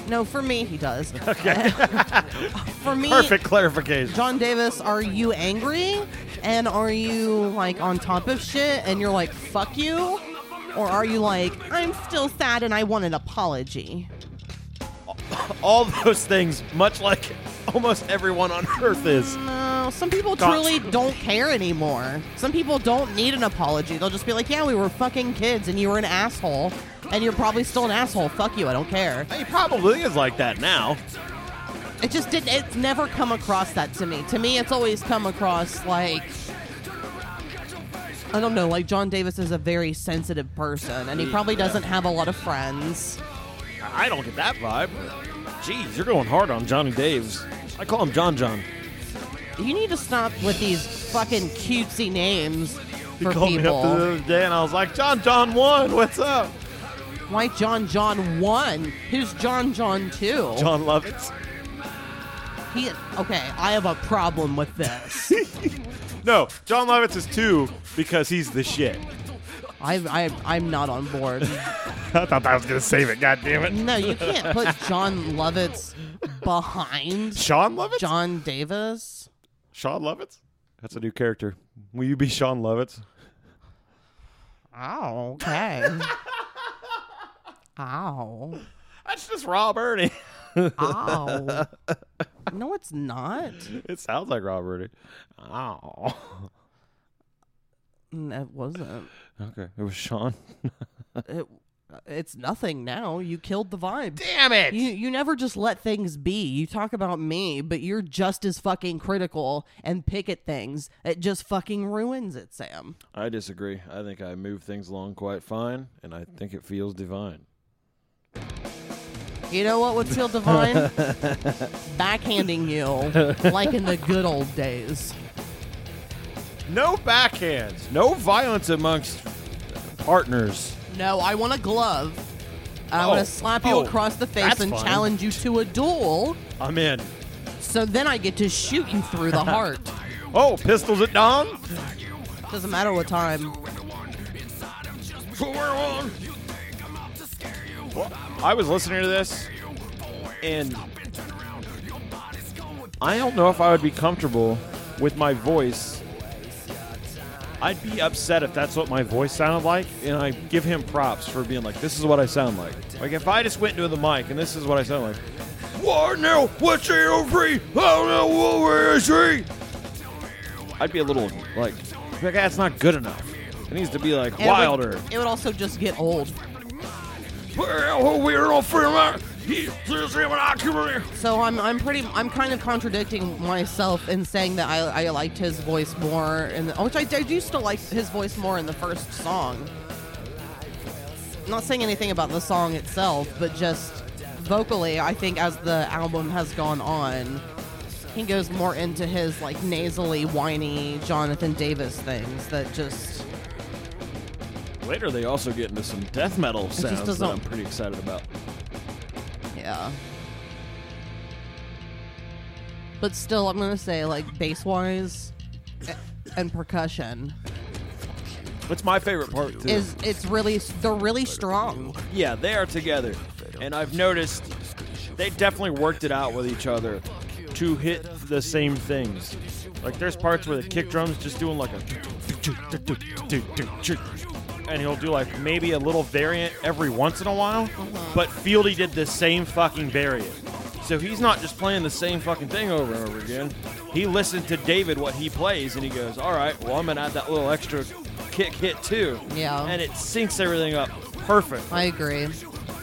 B: No, for me, he does. for me,
C: Perfect clarification.
B: John Davis, are you angry? And are you like on top of shit and you're like, fuck you? Or are you like, I'm still sad and I want an apology?
C: All those things, much like almost everyone on earth is.
B: No, some people
C: Got-
B: truly don't care anymore. Some people don't need an apology. They'll just be like, yeah, we were fucking kids and you were an asshole and you're probably still an asshole. Fuck you. I don't care.
C: He probably is like that now.
B: It just didn't. It's never come across that to me. To me, it's always come across like I don't know. Like John Davis is a very sensitive person, and he probably doesn't have a lot of friends.
C: I don't get that vibe. Jeez, you're going hard on Johnny Daves. I call him John John.
B: You need to stop with these fucking cutesy names for
C: he called me up the
B: people.
C: other day and I was like, John John one, what's up?
B: Why John John one? Who's John John two?
C: John Lovitz.
B: He okay. I have a problem with this.
C: No, John Lovitz is two because he's the shit.
B: I, I I'm not on board.
C: I thought I was gonna save it, god damn it.
B: No, you can't put John Lovitz behind
C: Sean Lovitz?
B: John Davis.
H: Sean Lovitz? That's a new character. Will you be Sean Lovitz?
B: Oh, okay. Ow.
H: That's just Rob Ernie.
B: Ow. No, it's not.
H: it sounds like Rob Ernie. Oh.
B: No, It wasn't.
H: Okay. It was Sean.
B: It, it's nothing now. You killed the vibe.
H: Damn it.
B: You, you never just let things be. You talk about me, but you're just as fucking critical and pick at things. It just fucking ruins it, Sam.
C: I disagree. I think I move things along quite fine, and I think it feels divine.
B: You know what would feel divine? Backhanding you like in the good old days.
C: No backhands. No violence amongst partners.
B: No, I want a glove. I want
C: Oh,
B: to slap you
C: oh,
B: across the face
C: that's
B: and
C: fine.
B: challenge you to a duel.
C: I'm in.
B: So then I get to shoot you through the heart.
C: Oh, pistols at dawn?
B: Doesn't matter what time.
C: I was listening to this, and I don't know if I would be comfortable with my voice. I'd be upset if that's what my voice sounded like, and I give him props for being like, "This is what I sound like." Like if I just went into the mic and this is what I sound like. What now? What's your free? I don't know what we're free. I'd be a little like, like that's not good enough. It needs to be like
B: And it would-
C: wilder.
B: It would, also just get old.
C: We're all free. I
B: So I'm, I'm pretty, I'm kind of contradicting myself in saying that I, I liked his voice more, and which I, I do still like his voice more in the first song. Not saying anything about the song itself, but just vocally, I think as the album has gone on, he goes more into his like nasally, whiny Jonathan Davis things that just
C: Later, they also get into some death metal sounds that
B: doesn't-
C: I'm pretty excited about.
B: Yeah. But still, I'm gonna say like bass wise and percussion
C: What's my favorite part, too?
B: is it's really they're really strong.
C: yeah, they are together. And I've noticed they definitely worked it out with each other to hit the same things. Like, there's parts where the kick drum's just doing like a. And he'll do like maybe a little variant every once in a while, but Fieldy did the same fucking variant. So he's not just playing the same fucking thing over and over again. He listened to David what he plays and he goes, all right, well, I'm going to add that little extra kick hit too.
B: Yeah.
C: And it syncs everything up perfect.
B: I agree.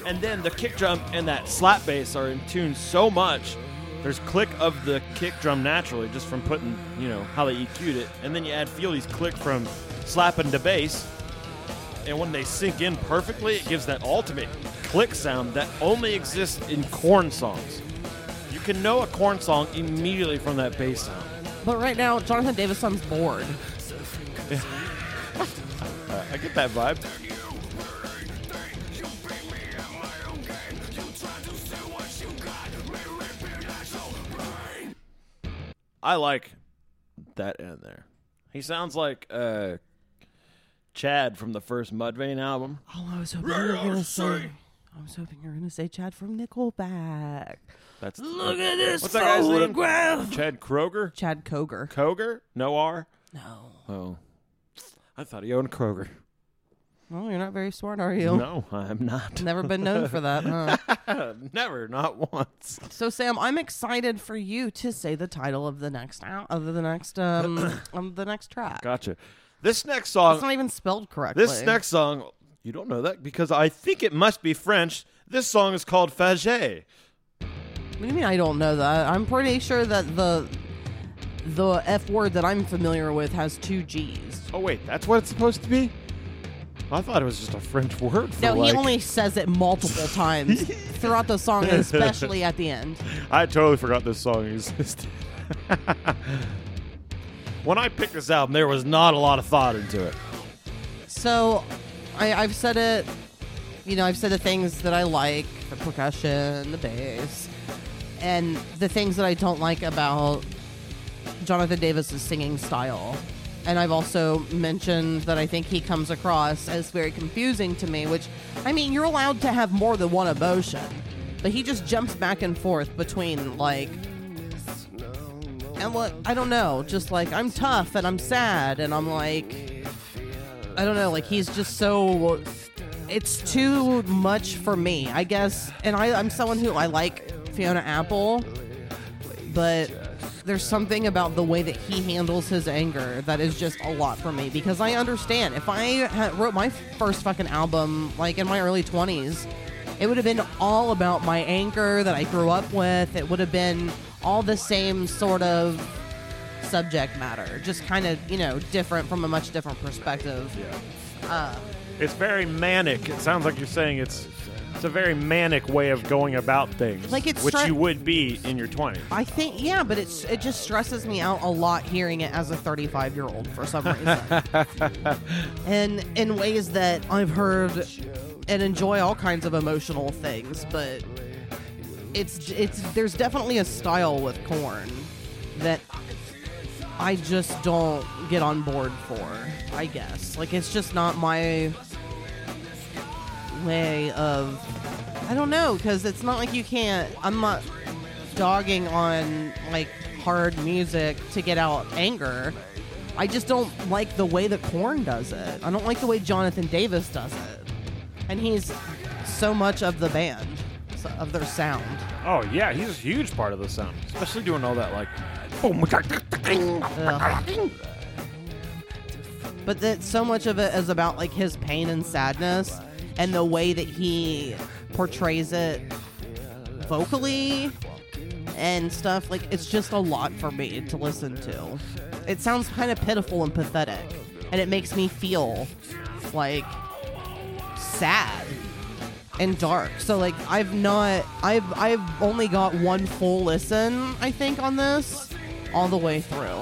C: And then the kick drum and that slap bass are in tune so much. There's click of the kick drum naturally just from putting, you know, how they EQ'd it. And then you add Fieldy's click from slapping the bass. And when they sync in perfectly, it gives that ultimate click sound that only exists in corn songs. You can know a corn song immediately from that bass sound.
B: But right now, Jonathan Davis sounds bored.
C: I get that vibe. I like that end there. He sounds like uh, Chad from the first Mudvayne album.
B: Oh, I was hoping you were gonna say. I was hoping you were gonna say Chad from Nickelback.
C: That's
B: Look at this
C: What's that guy's name?
B: photograph.
C: Chad Kroger.
B: Chad Koger.
C: Koger? No R.
B: No.
C: Oh, I thought he owned Kroger.
B: Well, you're not very smart, are you?
C: No, I am not.
B: Never been known for that, huh?
C: Never, not once.
B: So Sam, I'm excited for you to say the title of the next out of the next um of the next track.
C: Gotcha. This next song
B: It's not even spelled correctly.
C: This next song, you don't know that because I think it must be French. This song is called Faget.
B: What do you mean I don't know that? I'm pretty sure that the the F word that I'm familiar with has two G's.
C: Oh wait, that's what it's supposed to be. I thought it was just a French word. For
B: No,
C: like,
B: he only says it multiple times throughout the song, and especially at the end.
C: I totally forgot this song existed. when I picked this album, there was not a lot of thought into it.
B: So I, I've said it, you know, I've said the things that I like the percussion, the bass, and the things that I don't like about Jonathan Davis's singing style. And I've also mentioned that I think he comes across as very confusing to me, which, I mean, you're allowed to have more than one emotion, but he just jumps back and forth between, like, And what I don't know, just like I'm tough and I'm sad and I'm like I don't know, like he's just so it's too much for me, I guess. And I, I'm someone who I like Fiona Apple, but there's something about the way that he handles his anger that is just a lot for me because I understand if I had wrote my first fucking album like in my early 20s, it would have been all about my anger that I grew up with. It would have been all the same sort of subject matter, just kind of, you know, different from a much different perspective.
C: It's very manic. It sounds like you're saying it's it's a very manic way of going about things,
B: Like it's
C: which
B: stri-
C: you would be in your 20s.
B: I think yeah, but it's it just stresses me out a lot hearing it as a 35 year old for some reason, and in ways that I've heard and enjoy all kinds of emotional things, but it's it's there's definitely a style with corn that I just don't get on board for. I guess like it's just not my way of. I don't know because it's not like you can't. I'm not dogging on like hard music to get out anger. I just don't like the way that Korn does it. I don't like the way Jonathan Davis does it. And he's so much of the band, so- of their sound.
C: Oh yeah, he's a huge part of the sound, especially doing all that like.
B: Ugh. But that so much of it is about like his pain and sadness and the way that he portrays it vocally and stuff. Like it's just a lot for me to listen to. It sounds kind of pitiful and pathetic, and it makes me feel like sad and dark. So like I've not I've I've only got one full listen, I think, on this all the way through.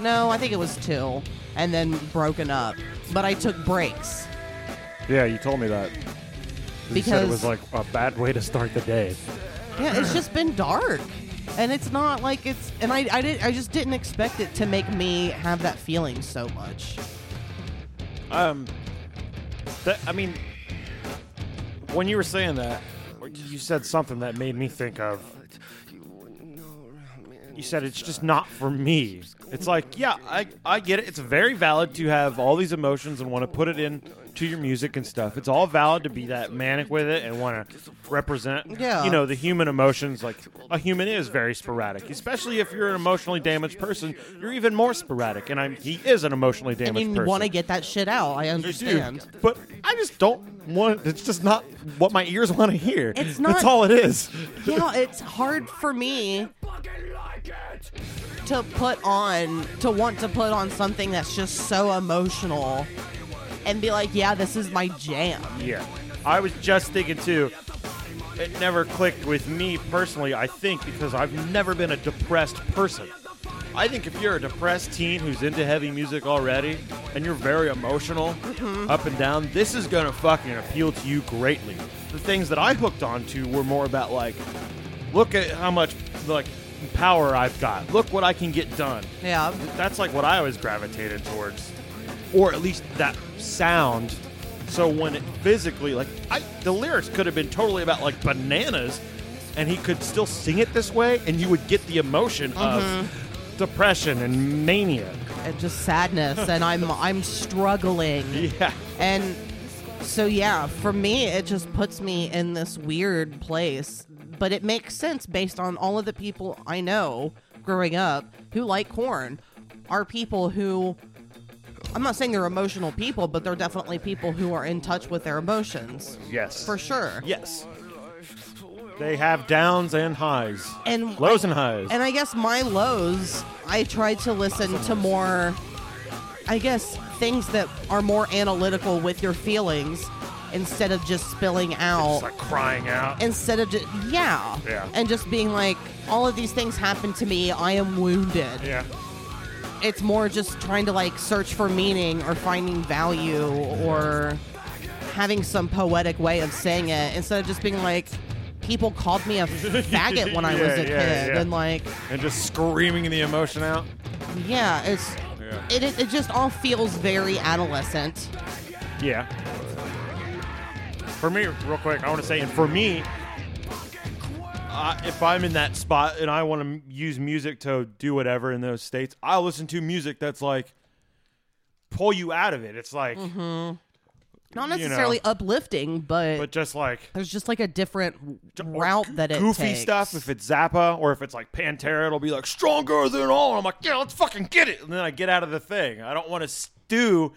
B: No, I think it was two. And then broken up. But I took breaks.
C: Yeah, you told me that. you said it
B: Because-
C: was like a bad way to start the day.
B: Yeah, it's just been dark. And it's not like it's and I I didn't I just didn't expect it to make me have that feeling so much.
C: Um, that, I mean, when you were saying that, you said something that made me think of. You said it's just not for me. It's like, yeah, I, I get it. It's very valid to have all these emotions and want to put it in to your music and stuff. It's all valid to be that manic with it and want to represent,
B: Yeah.
C: you know, the human emotions. Like a human is very sporadic, especially if you're an emotionally damaged person. You're even more sporadic, and I'm he is an emotionally
B: And
C: damaged
B: you
C: person.
B: want to get that shit out. I
C: I do,
B: understand.
C: but I just don't want. It's just not what my ears want to hear. That's
B: It's not-
C: all it is.
B: yeah, it's hard for me to put on to want to put on something that's just so emotional and be like, yeah, this is my jam.
C: Yeah, I was just thinking too. It never clicked with me personally. I think because I've never been a depressed person. I think if you're a depressed teen who's into heavy music already and you're very emotional,
B: Mm-hmm.
C: up and down, this is gonna fucking appeal to you greatly. The things that I hooked onto were more about like, look at how much like power I've got. Look what I can get done.
B: Yeah.
C: that's like what I always gravitated towards, or at least that sound. So when it physically, like, I, the lyrics could have been totally about like bananas, and he could still sing it this way, and you would get the emotion of depression and mania.
B: And uh, just sadness and I'm I'm struggling.
C: Yeah,
B: And so yeah, for me it just puts me in this weird place, but it makes sense based on all of the people I know growing up who like corn are people who I'm not saying they're emotional people, but they're definitely people who are in touch with their emotions.
C: yes,
B: For sure.
C: yes. They have downs and highs,
B: And
C: lows and highs.
B: And I guess my lows, I try to listen to more, I guess, things that are more analytical with your feelings instead of just spilling out.
C: It's like crying out.
B: Instead of just, yeah.
C: Yeah.
B: And just being like, all of these things happen to me. I am wounded.
C: yeah,
B: It's more just trying to like search for meaning or finding value or having some poetic way of saying it instead of just being like, people called me a faggot when I was
C: Yeah,
B: a
C: yeah,
B: kid.
C: yeah.
B: And like,
C: and just screaming the emotion out.
B: yeah, it's it, it it just all feels very adolescent.
C: Yeah. For me, real quick, I want to say, and for me, I, if I'm in that spot and I want to use music to do whatever in those states, I listen to music that's like pull you out of it. It's like,
B: Not
C: You know.
B: necessarily uplifting, but,
C: but just like
B: there's just like a different
C: or
B: route that it
C: goofy
B: takes.
C: stuff. If it's Zappa or if it's like Pantera, it'll be like stronger than all. I'm like, yeah, let's fucking get it, and then I get out of the thing. I don't want to stew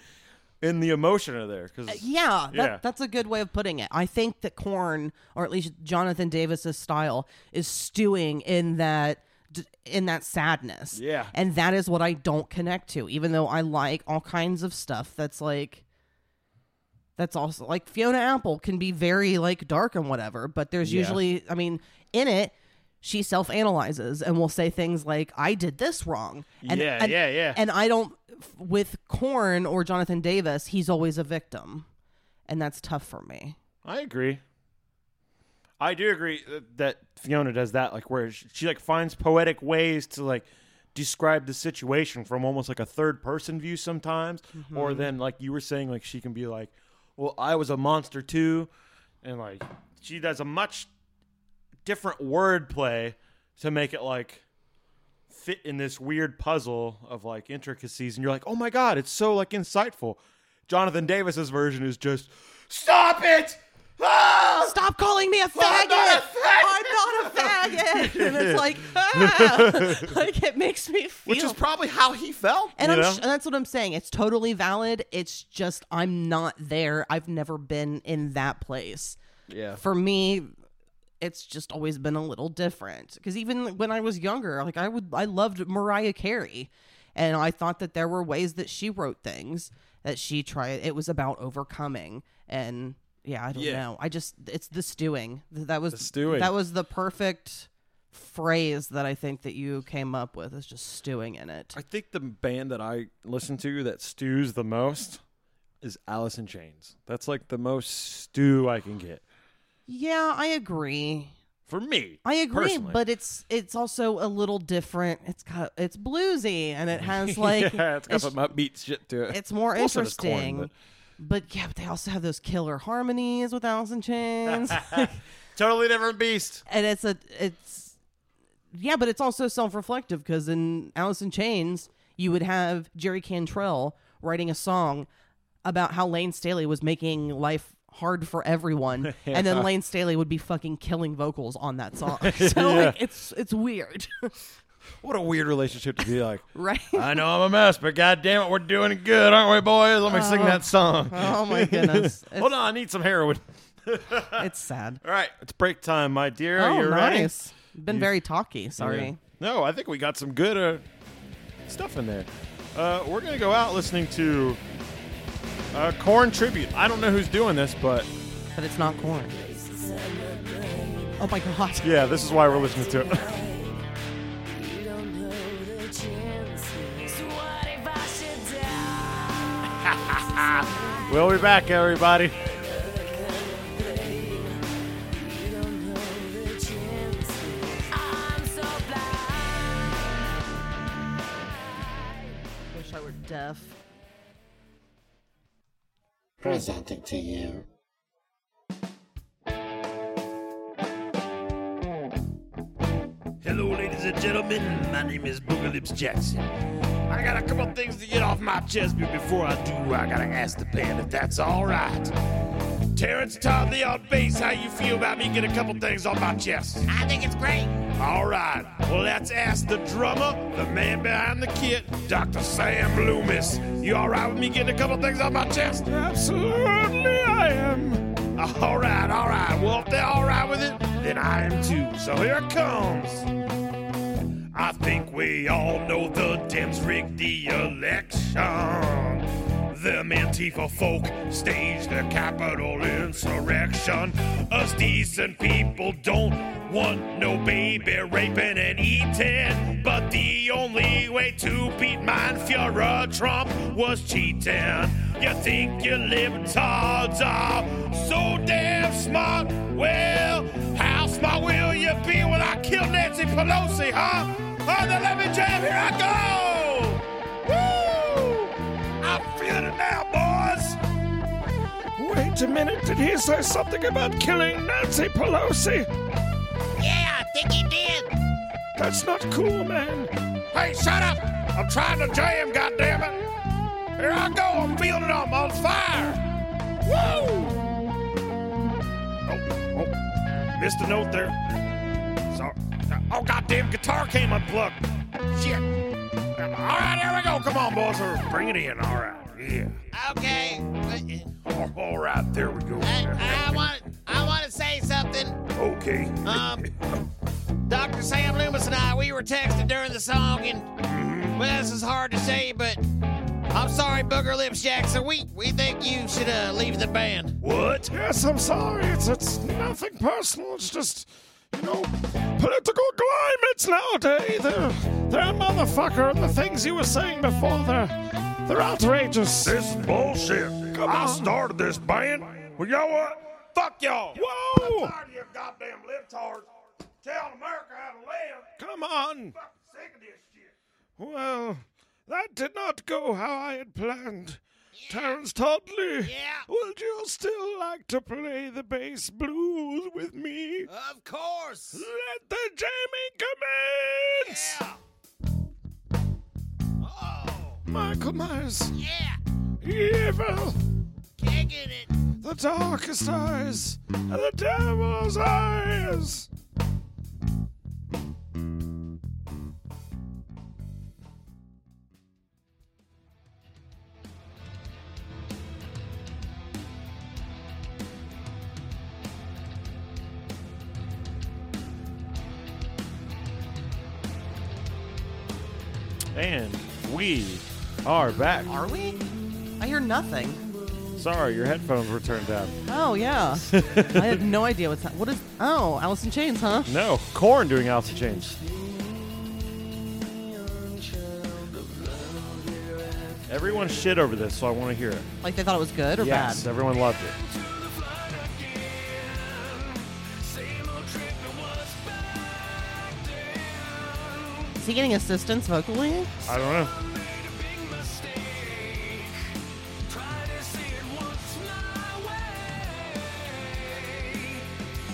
C: in the emotion of there because
B: Uh, Yeah, that,
C: Yeah.
B: that's a good way of putting it. I think that Korn, or at least Jonathan Davis's style, is stewing in that d- in that sadness.
C: Yeah.
B: and that is what I don't connect to. Even though I like all kinds of stuff that's like that's also like Fiona Apple can be very like dark and whatever, but there's usually, I mean, in it. She self analyzes and will say things like, I did this wrong. And,
C: Yeah,
B: and-
C: yeah, yeah.
B: And I don't, with Korn or Jonathan Davis, he's always a victim and that's tough for me.
C: I agree. I do agree that- that Fiona does that, like where she, she like finds poetic ways to like describe the situation from almost like a third person view sometimes, or then like you were saying, like she can be like, "Well, I was a monster too," and like she does a much different word play to make it like fit in this weird puzzle of like intricacies and you're like oh my god it's so like insightful jonathan davis's version is just stop it ah!
B: Stop calling me a faggot!
C: I'm not a
B: I'm not a faggot! and it's like, ah! like it makes me feel.
I: Which is probably how he felt.
B: and,
C: you
B: I'm
C: know?
B: sh- and that's what I'm saying. It's totally valid. It's just I'm not there. I've never been in that place.
I: Yeah.
B: For me, it's just always been a little different. Because even when I was younger, like I would, I loved Mariah Carey, and I thought that there were ways that she wrote things that she tried. It was about overcoming, and yeah, I don't
I: Yeah.
B: know. I just it's the stewing. Th- That was the
I: stewing.
B: That was the perfect phrase that I think that you came up with is just stewing in it.
I: I think the band that I listen to that stews the most is Alice in Chains.
C: that's like the most stew i can get
B: Yeah, I agree.
C: for me
B: I agree,
C: personally.
B: but it's it's also a little different. It's got it's bluesy and it has like
C: yeah, it's got
B: it's,
C: some
I: upbeat shit to it.
B: it's more
C: Also, it's corn,
B: interesting. but... yeah, but they also have those killer harmonies with Alice in Chains,
C: totally different beast
B: and it's a it's yeah, but it's also self reflective because in Alice in Chains you would have Jerry Cantrell writing a song about how Lane Staley was making life hard for everyone, and then Lane Staley would be fucking killing vocals on that song. So like, it's it's weird.
I: What a weird relationship to be like.
B: Right?
I: I know I'm a mess, but god damn it, we're doing good, aren't we, boys? Let me sing that song.
B: oh my goodness. It's,
I: Hold on, I need some heroin.
B: it's sad.
C: all right it's break time my dear
B: Oh,
C: you're ready?
B: nice. Been very talky. Sorry.
C: No, I think we got some good uh, stuff in there. Uh, we're gonna go out listening to
J: uh,
C: a corn tribute. I don't know who's doing this, but
B: But it's not corn. Oh my god.
C: yeah, this is why we're listening to it.
J: You don't know the chances. What if I should die?
C: we'll be back, everybody.
J: You don't know the chances. I'm so blind.
B: Wish I were deaf.
K: Presenting to you
F: Hello, ladies and gentlemen. My name is Boogalips Jackson. I got a couple things to get off my chest, but before I do, I gotta ask the band if that's all right. Terrence Toddley on bass, how you feel about me getting a couple things off my chest? I think it's great. All right, well, let's ask the drummer, the man behind the kit, Dr. Sam Loomis. You all right with me getting a couple things off my chest? Absolutely, I am. All right, all right. Well, if they're all right with it, then I am too. So here it comes. I think we all know the Dems rigged the election. Them Antifa folk staged the Capitol insurrection. Us decent people don't want no baby raping and eating. But the only way to beat mine Fuhrer Trump was cheating. You think your libtards are so damn smart? Well, how smart will you be when I kill Nancy Pelosi, huh? Oh, then let me jam. Here I go. Woo! I'm feeling it now, boys. Wait a minute. Did he say something about killing Nancy Pelosi? Yeah, I think he did. That's not cool, man. Hey, shut up! I'm trying to jam, goddammit! Here I go, I'm feeling it, I'm on fire! Woo! Oh, oh, missed a note there. Sorry. Oh, goddamn, guitar came unplugged. Shit. All right, here we go. Come on, boys. Bring it in. All right. Yeah.
L: Okay, but,
F: Oh, All right, there we go.
L: uh, I, I want I want to say something.
F: Okay.
L: Um, Dr. Sam Loomis and I we were texting during the song, and
F: Mm-hmm.
L: well, this is hard to say, but I'm sorry, Booger Lips Jackson. We we think you should uh, leave the band.
F: What? Yes, I'm sorry. It's it's nothing personal. It's just you know political climates nowadays. They're they're a motherfucker, and the things you were saying before they're they're outrageous.
M: This is bullshit. I started this band. Well, you know what? Fuck y'all.
F: Whoa!
M: I'm tired of you goddamn libtards telling America how to live.
F: Come on.
M: I'm sick of this shit.
F: Well, that did not go how I had planned. Terence Toddley,
L: Yeah.
F: would you still like to play the bass blues with me?
L: Of course.
F: Let the jamming commence!
L: Yeah. Oh
F: Michael Myers,
L: yeah,
F: evil,
L: can't get it.
F: the darkest eyes, and the devil's eyes.
J: And we are back.
B: Are we? I hear nothing.
J: Sorry, your headphones were turned down.
B: Oh yeah. I had no idea what's that. What is? Oh, Alice in Chains, huh?
J: No, Corn doing Alice in Chains. Everyone shit over this, so I want to hear it.
B: Like they thought it was good or
J: yes,
B: bad.
J: everyone loved it.
B: Is he getting assistance vocally?
J: I don't know.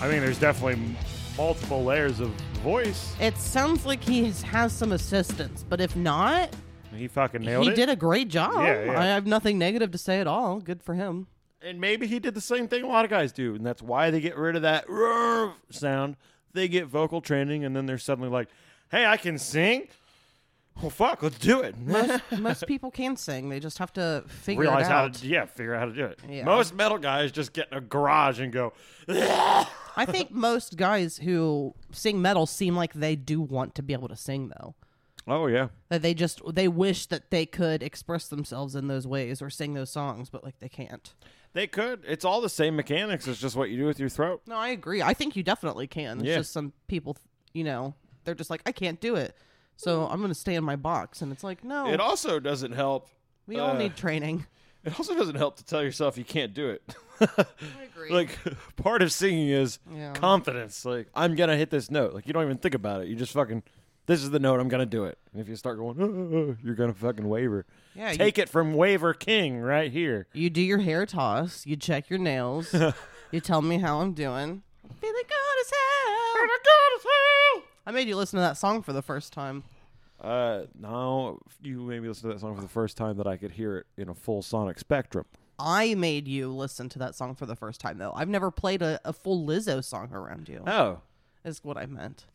J: I mean, there's definitely m- multiple layers of voice.
B: It sounds like he has- has some assistance, but if not,
J: He fucking nailed
B: he
J: it.
B: did a great job.
J: Yeah, yeah.
B: I have nothing negative to say at all. Good for him.
J: And maybe he did the same thing a lot of guys do, and that's why they get rid of that "roar" sound. They get vocal training, and then they're suddenly like, "Hey, I can sing." Well, fuck, let's do it.
B: Most, most people can sing. They just have to figure
J: Realize
B: it
J: how
B: out.
J: to, yeah, figure out how to do it.
B: Yeah.
J: Most metal guys just get in a garage and go,
B: I think most guys who sing metal seem like they do want to be able to sing though.
J: "Oh yeah,
B: That they just they wish that they could express themselves in those ways or sing those songs, but like they can't.
J: they could." It's all the same mechanics. It's just what you do with your throat.
B: No, I agree. I think you definitely can. It's
J: Yeah.
B: just some people, you know, they're just like, I can't do it. So I'm going to stay in my box. And it's like, no,
C: It also doesn't help.
B: we all
C: uh,
B: need training.
C: It also doesn't help to tell yourself you can't do it. Like part of singing is
B: Yeah.
C: confidence. Like I'm gonna hit this note. Like you don't even think about it. You just fucking. This is the note. I'm gonna do it. And if you start going, "Uh," you're gonna fucking waver.
B: Yeah, you-
J: Take it from Waver King right here.
B: You do your hair toss, you check your nails, you tell me how I'm doing. I'm Feeling good as hell. I made you listen to that song for the first time.
C: Uh, now you made me listen to that song for the first time that I could hear it in a full sonic spectrum.
B: I made you listen to that song for the first time, though. I've never played a, a full Lizzo song around you,
C: Oh,
B: is what I meant.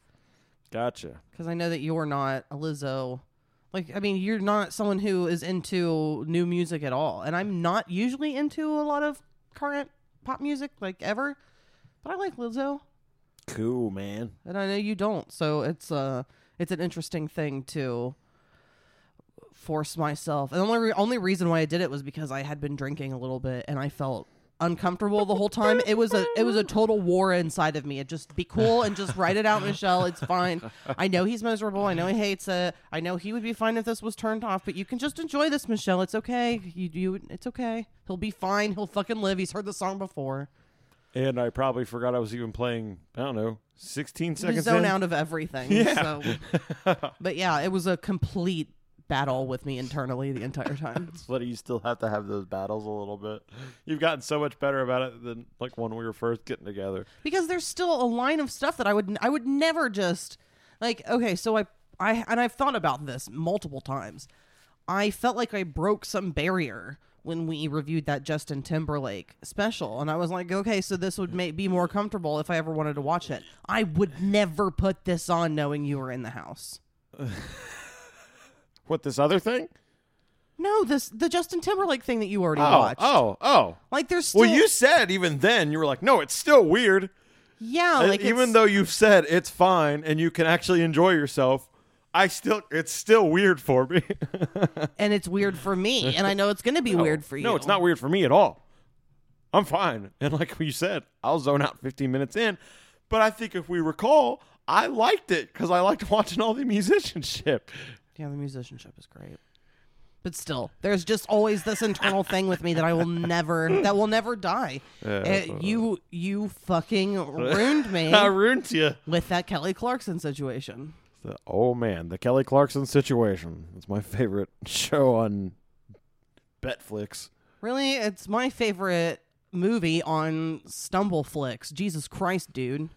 C: gotcha.
B: because I know that you're not a Lizzo. Like, I mean, you're not someone who is into new music at all, and I'm not usually into a lot of current pop music, like ever. But I like Lizzo,
C: Cool, man.
B: and I know you don't, so it's uh it's an interesting thing to force myself. And the only re- only reason why I did it was because I had been drinking a little bit, and I felt uncomfortable the whole time. It was a it was a total war inside of me. It just be cool and just write it out, Michelle. It's fine. I know he's miserable. I know he hates it. I know he would be fine if this was turned off. But you can just enjoy this, Michelle. It's okay. You you it's okay. He'll be fine. He'll fucking live. He's heard the song before.
J: And I probably forgot I was even playing. I don't know, 16
B: You
J: seconds
B: zone
J: in.
B: out of everything. So. but yeah, it was a complete battle with me internally the entire time.
C: It's funny you still have to have those battles a little bit. You've gotten so much better about it than like when we were first getting together.
B: because there's still a line of stuff that I would I would never just like okay so I I and I've thought about this multiple times. I felt like I broke some barrier when we reviewed that Justin Timberlake special and I was like okay so this would make, be more comfortable if I ever wanted to watch it. I would never put this on knowing you were in the house.
C: What this other thing?
B: No, this the Justin Timberlake thing that you already
C: oh,
B: watched.
C: oh, oh.
B: Like there's
C: Well,
B: still-
C: you said even then you were like, no, it's still weird.
B: Yeah,
C: And
B: Oh, like
C: uh, even
B: it's-
C: though you've said it's fine and you can actually enjoy yourself, I still it's still weird for me.
B: and it's weird for me and I know it's going to be
C: No,
B: weird for you.
C: No, it's not weird for me at all. I'm fine. And like you said, I'll zone out 15 minutes in. But I think if we recall, I liked it because I liked watching all the musicianship.
B: Yeah, the musicianship is great. But still, there's just always this internal thing with me that I will never, that will never die.
C: Yeah.
B: Uh, you, you fucking ruined me
C: I ruined you.
B: with that Kelly Clarkson situation.
C: The, oh man, the Kelly Clarkson situation. It's my favorite show on Betflix.
B: Really, it's my favorite movie on StumbleFlix. Jesus Christ, dude!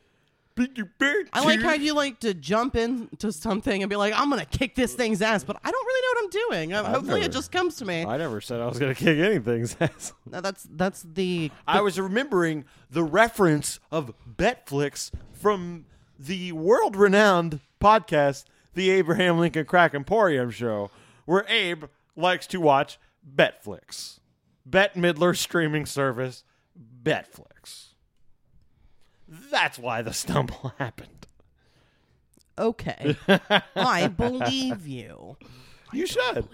B: I like how you like to jump into something and be like, "I'm gonna kick this thing's ass," but I don't really know what I'm doing. Uh,
C: I've
B: Hopefully,
C: never-
B: it just comes to me.
C: I never said I was gonna kick anything's ass.
B: No, that's that's the
C: I was remembering the reference of Betflix from the world renowned podcast, The Abraham Lincoln Crack Emporium Show, where Abe likes to watch Betflix. Bet Midler streaming service, Betflix. That's why the stumble happened.
B: okay. I believe you.
C: You should.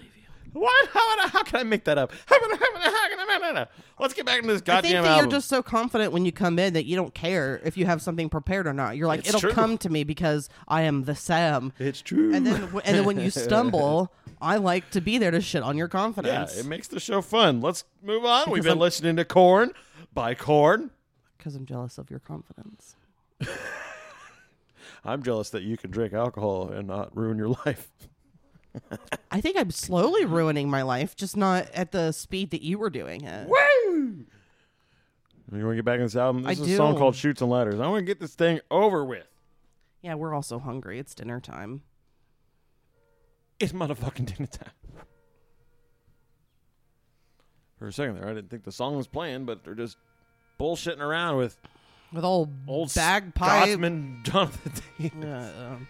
C: What? How, would I- how can I make that up? How can I- how can I- how can I- how can I- Let's get back into this
B: I think
C: goddamn
B: that
C: album.
B: you're just so confident when you come in that you don't care if you have something prepared or not. You're like,
C: It's
B: it'll
C: true.
B: come to me because I am the Sam.
C: it's true.
B: And then, and then when you stumble, I like to be there to shit on your
C: Yeah,
B: confidence
C: it makes the show fun. Let's move on. We've
B: Because
C: been
B: I'm-
C: listening to Corn by Corn.
B: because I'm jealous of your confidence.
C: I'm jealous that you can drink alcohol and not ruin your life.
B: I think I'm slowly ruining my life, just not at the speed that you were doing it.
C: Woo! You want to get back in this album? This
B: I
C: is a song
B: do.
C: called Shoots and Ladders. I want to get this thing over with.
B: Yeah, we're also hungry. It's dinner time.
C: It's motherfucking dinner time. For a second there, I didn't think the song was playing, but they're just bullshitting around with
B: With old,
C: old
B: bagpipe.
C: Scotsman Jonathan Davis.
B: Yeah, um,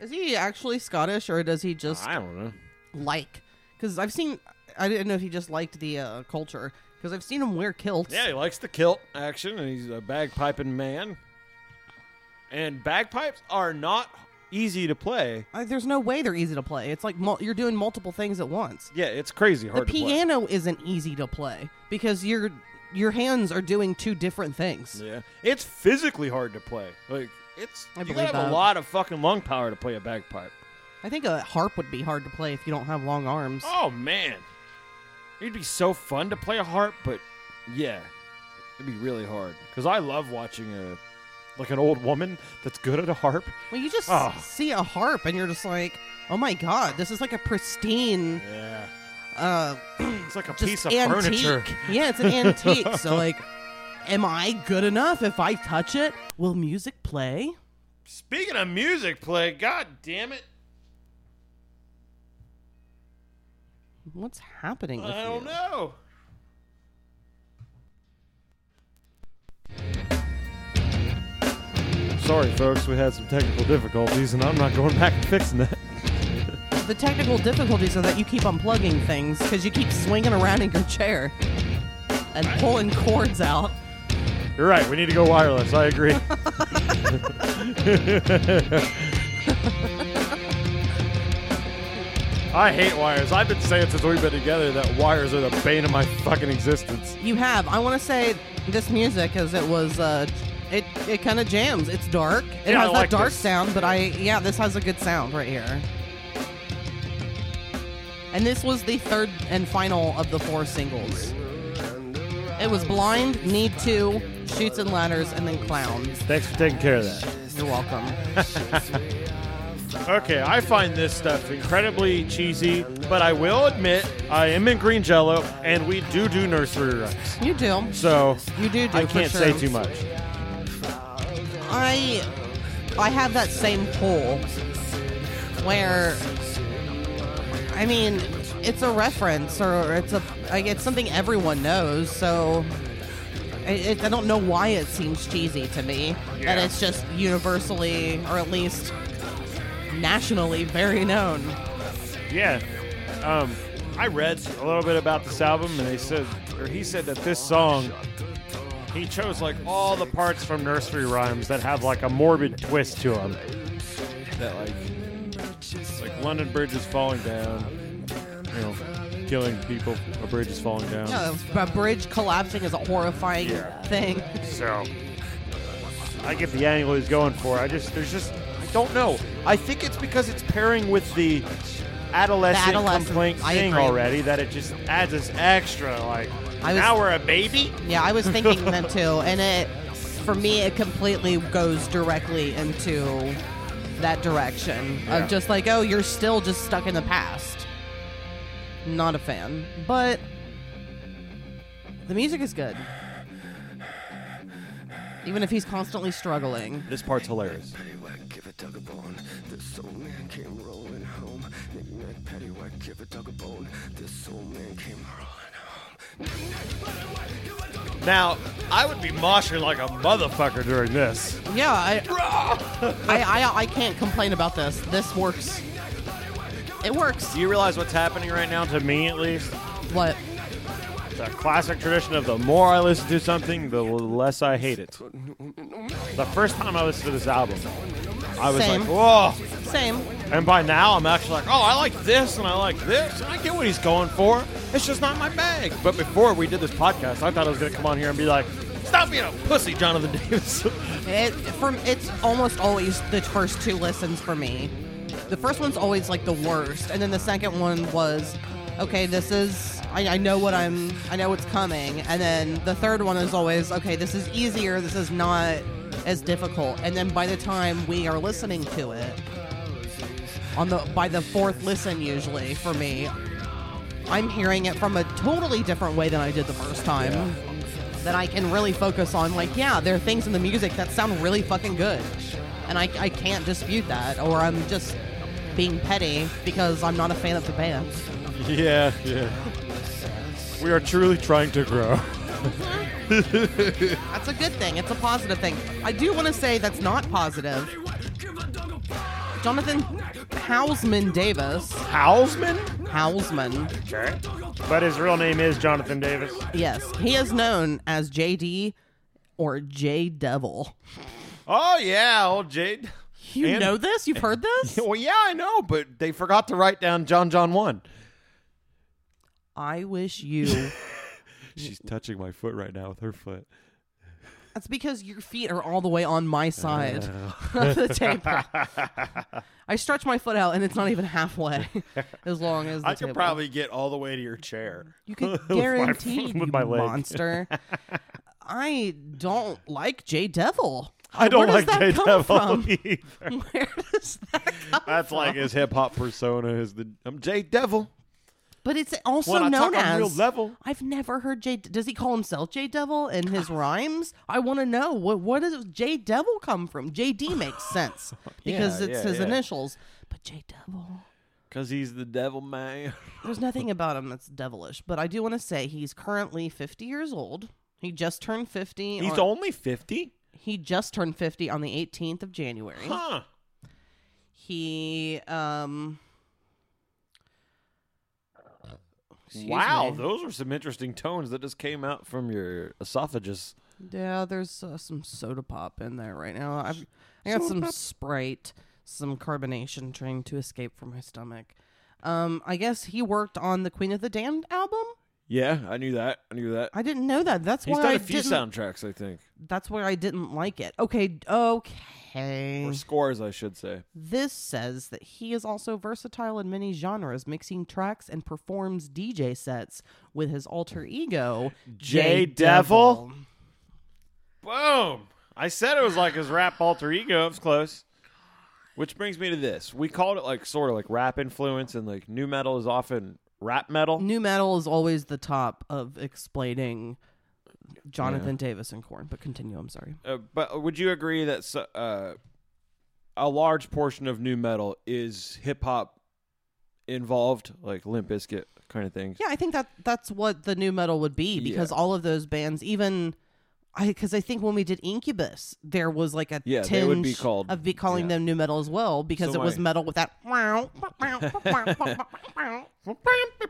B: is he actually Scottish or does he just
C: I don't know.
B: like because I've seen I didn't know if he just liked the uh, culture because I've seen him wear kilts.
C: Yeah, he likes the kilt action, and he's a bagpiping man. And bagpipes are not easy to play.
B: Like, there's no way they're easy to play. It's like mul- you're doing multiple things at once.
C: Yeah, it's crazy
B: The
C: hard to play.
B: piano isn't easy to play because your your hands are doing two different things.
C: Yeah, it's physically hard to play. Like it's
B: I
C: you gotta
B: believe
C: have
B: that.
C: a lot of fucking lung power to play a bagpipe.
B: I think a harp would be hard to play if you don't have long arms.
C: Oh man, it'd be so fun to play a harp, but yeah, it'd be really hard. Cause I love watching a like an old woman that's good at a harp.
B: Well, you just
C: Oh.
B: see a harp and you're just like, oh my god, this is like a pristine.
C: Yeah,
B: Uh,
C: it's like a
B: just
C: piece of
B: antique.
C: furniture.
B: Yeah, it's an antique. So like, am I good enough if I touch it? Will music play?
C: Speaking of music play, god damn it.
B: What's happening? With
C: I don't
B: you?
C: know. Sorry, folks, we had some technical difficulties, and I'm not going back and fixing that.
B: The technical difficulties are that you keep unplugging things because you keep swinging around in your chair and pulling cords out.
C: You're right, we need to go wireless. I agree. I hate wires. I've been saying since we've been together that wires are the bane of my fucking existence.
B: You have. I want to say this music as it was. Uh, it it kind of jams. It's dark. It
C: Yeah, I
B: has that
C: like
B: dark
C: this.
B: sound, but I yeah, this has a good sound right here. And this was the third and final of the four singles. It was Blind, Need to, Shoots and Ladders, and then Clowns.
C: Thanks for taking care of that.
B: You're welcome.
C: Okay, I find this stuff incredibly cheesy, but I will admit I am in Green Jello, and we do do nursery rhymes.
B: You do.
C: So
B: You do do
C: I
B: for
C: can't
B: sure.
C: say too much.
B: I I have that same pull where I mean it's a reference or it's a like, it's something everyone knows so I, it, I don't know why it seems cheesy to me that
N: Yeah.
B: it's just universally or at least nationally very known.
C: Yeah. Um, I read a little bit about this album, and they said, or he said that this song, he chose like all the parts from nursery rhymes that have like a morbid twist to them. That like, like London Bridge is falling down, you know, killing people. A bridge is falling down.
B: No, a Um, bridge collapsing is a horrifying thing.
C: So I get the angle he's going for. I just there's just I don't know. I think it's because it's pairing with the adolescent,
B: The adolescent,
C: complaint
B: I
C: thing
B: agree.
C: already that it just adds this extra like
B: I was-
C: now we're a baby.
B: Yeah, I was thinking that too, and it for me it completely goes directly into that direction
N: Yeah.
B: of just like, oh, you're still just stuck in the past. Not a fan, but the music is good. Even if he's constantly struggling.
C: This part's hilarious.
F: give a dog a bone. This old man came rolling home. Nick Nack Paddywhack, give a dog a bone. This old man came rolling
C: Now I would be moshing like a motherfucker during this.
B: Yeah, I, I, I, I can't complain about this. This works. It works.
C: Do you realize what's happening right now to me at least?
B: What?
C: The classic tradition of the more I listen to something, the less I hate it. The first time I listened to this album, I was
B: Same.
C: like, whoa.
B: Same.
C: And by now, I'm actually like, oh, I like this and I like this. And I get what he's going for. It's just not my bag. But before we did this podcast, I thought I was going to come on here and be like, stop being a pussy, Jonathan Davis.
B: It from it's almost always the first two listens for me. The first one's always like the worst, and then the second one was, okay, this is I, I know what I'm I know what's coming, and then the third one is always okay, this is easier, this is not as difficult, and then by the time we are listening to it, on the by the fourth listen usually for me, I'm hearing it from a totally different way than I did the first time that I can really focus on. Like, yeah, there are things in the music that sound really fucking good. And I, I can't dispute that. Or I'm just being petty because I'm not a fan of the band.
C: yeah, yeah. We are truly trying to grow.
B: That's a good thing. It's a positive thing. I do want to say that's not positive. Jonathan Hausman Davis.
C: Hausman?
B: Hausman.
C: Okay. But his real name is Jonathan Davis.
B: Yes. He is known as JD or J Devil.
C: Oh, yeah, old Jade.
B: You know this? You've heard this?
C: well, yeah, I know, but they forgot to write down John John 1.
B: I wish you.
C: She's touching my foot right now with her foot.
B: That's because your feet are all the way on my side
C: Oh.
B: of the table. I stretch my foot out and it's not even halfway as long as the
O: I could
B: table.
O: probably get all the way to your chair.
B: You could
O: With my-
B: guarantee
O: with
B: you
O: my leg.
B: monster. I don't like Jay Devil.
C: I don't
B: Where does
C: like
B: that
C: Jay
B: come
C: Devil
B: from?
C: either.
B: Where does that come
C: That's like
B: from?
C: his hip hop persona is the I'm Jay Devil.
B: But it's also
C: When I
B: known
C: talk
B: as
C: on real level.
B: I've never heard Jay. Does he call himself Jay Devil in his rhymes? I want to know what what does Jay Devil come from? JD makes sense
O: Yeah,
B: because
O: yeah,
B: it's his
O: yeah.
B: initials. But Jay Devil,
O: Cause he's the devil man.
B: there's nothing about him that's devilish. But I do want to say he's currently 50 years old. He just turned 50.
O: He's
B: on-
O: only 50?
B: He just turned 50 on the 18th of January.
O: Huh.
B: He um. excuse
C: wow,
B: me.
C: those are some interesting tones that just came out from your esophagus.
B: Yeah, there's uh, some soda pop in there right now. I've, I got
N: Soda
B: some
N: pop.
B: Sprite, some carbonation trying to escape from my stomach. Um, I guess he worked on the Queen of the Damned album.
O: Yeah, I knew that. I knew that.
B: I didn't know that. That's
O: He's
B: why
O: done
B: I
O: a few
B: didn't.
O: soundtracks, I think.
B: That's why I didn't like it. Okay, okay.
O: Or scores, I should say.
B: This says that he is also versatile in many genres, mixing tracks and performs DJ sets with his alter ego,
C: Jay Devil? Boom! I said it was like his rap alter ego. It was close. Which brings me to this. We called it like sort of like rap influence, and like new metal is often rap metal.
B: New metal is always the top of explaining Jonathan Davis and Corn. But continue. I'm sorry.
C: Uh, but would you agree that so- uh, a large portion of new metal is hip hop involved, like Limp Bizkit kind of things?
B: Yeah, I think that that's what the new metal would be because
C: Yeah.
B: all of those bands, even I, because I think when we did Incubus, there was like a
C: Yeah,
B: tinge
C: they would be called-
B: of be calling them new metal as well because
C: So
B: it was
C: my-
B: metal with that.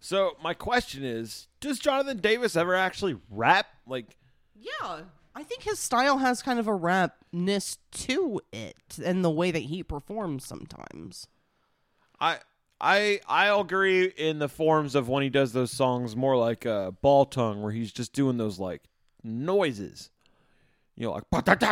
C: So my question is, does Jonathan Davis ever actually rap? Like,
B: Yeah, I think his style has kind of a rapness to it, and the way that he performs sometimes.
C: I I I agree in the forms of when he does those songs more like uh, ball tongue where he's just doing those like noises. You know, like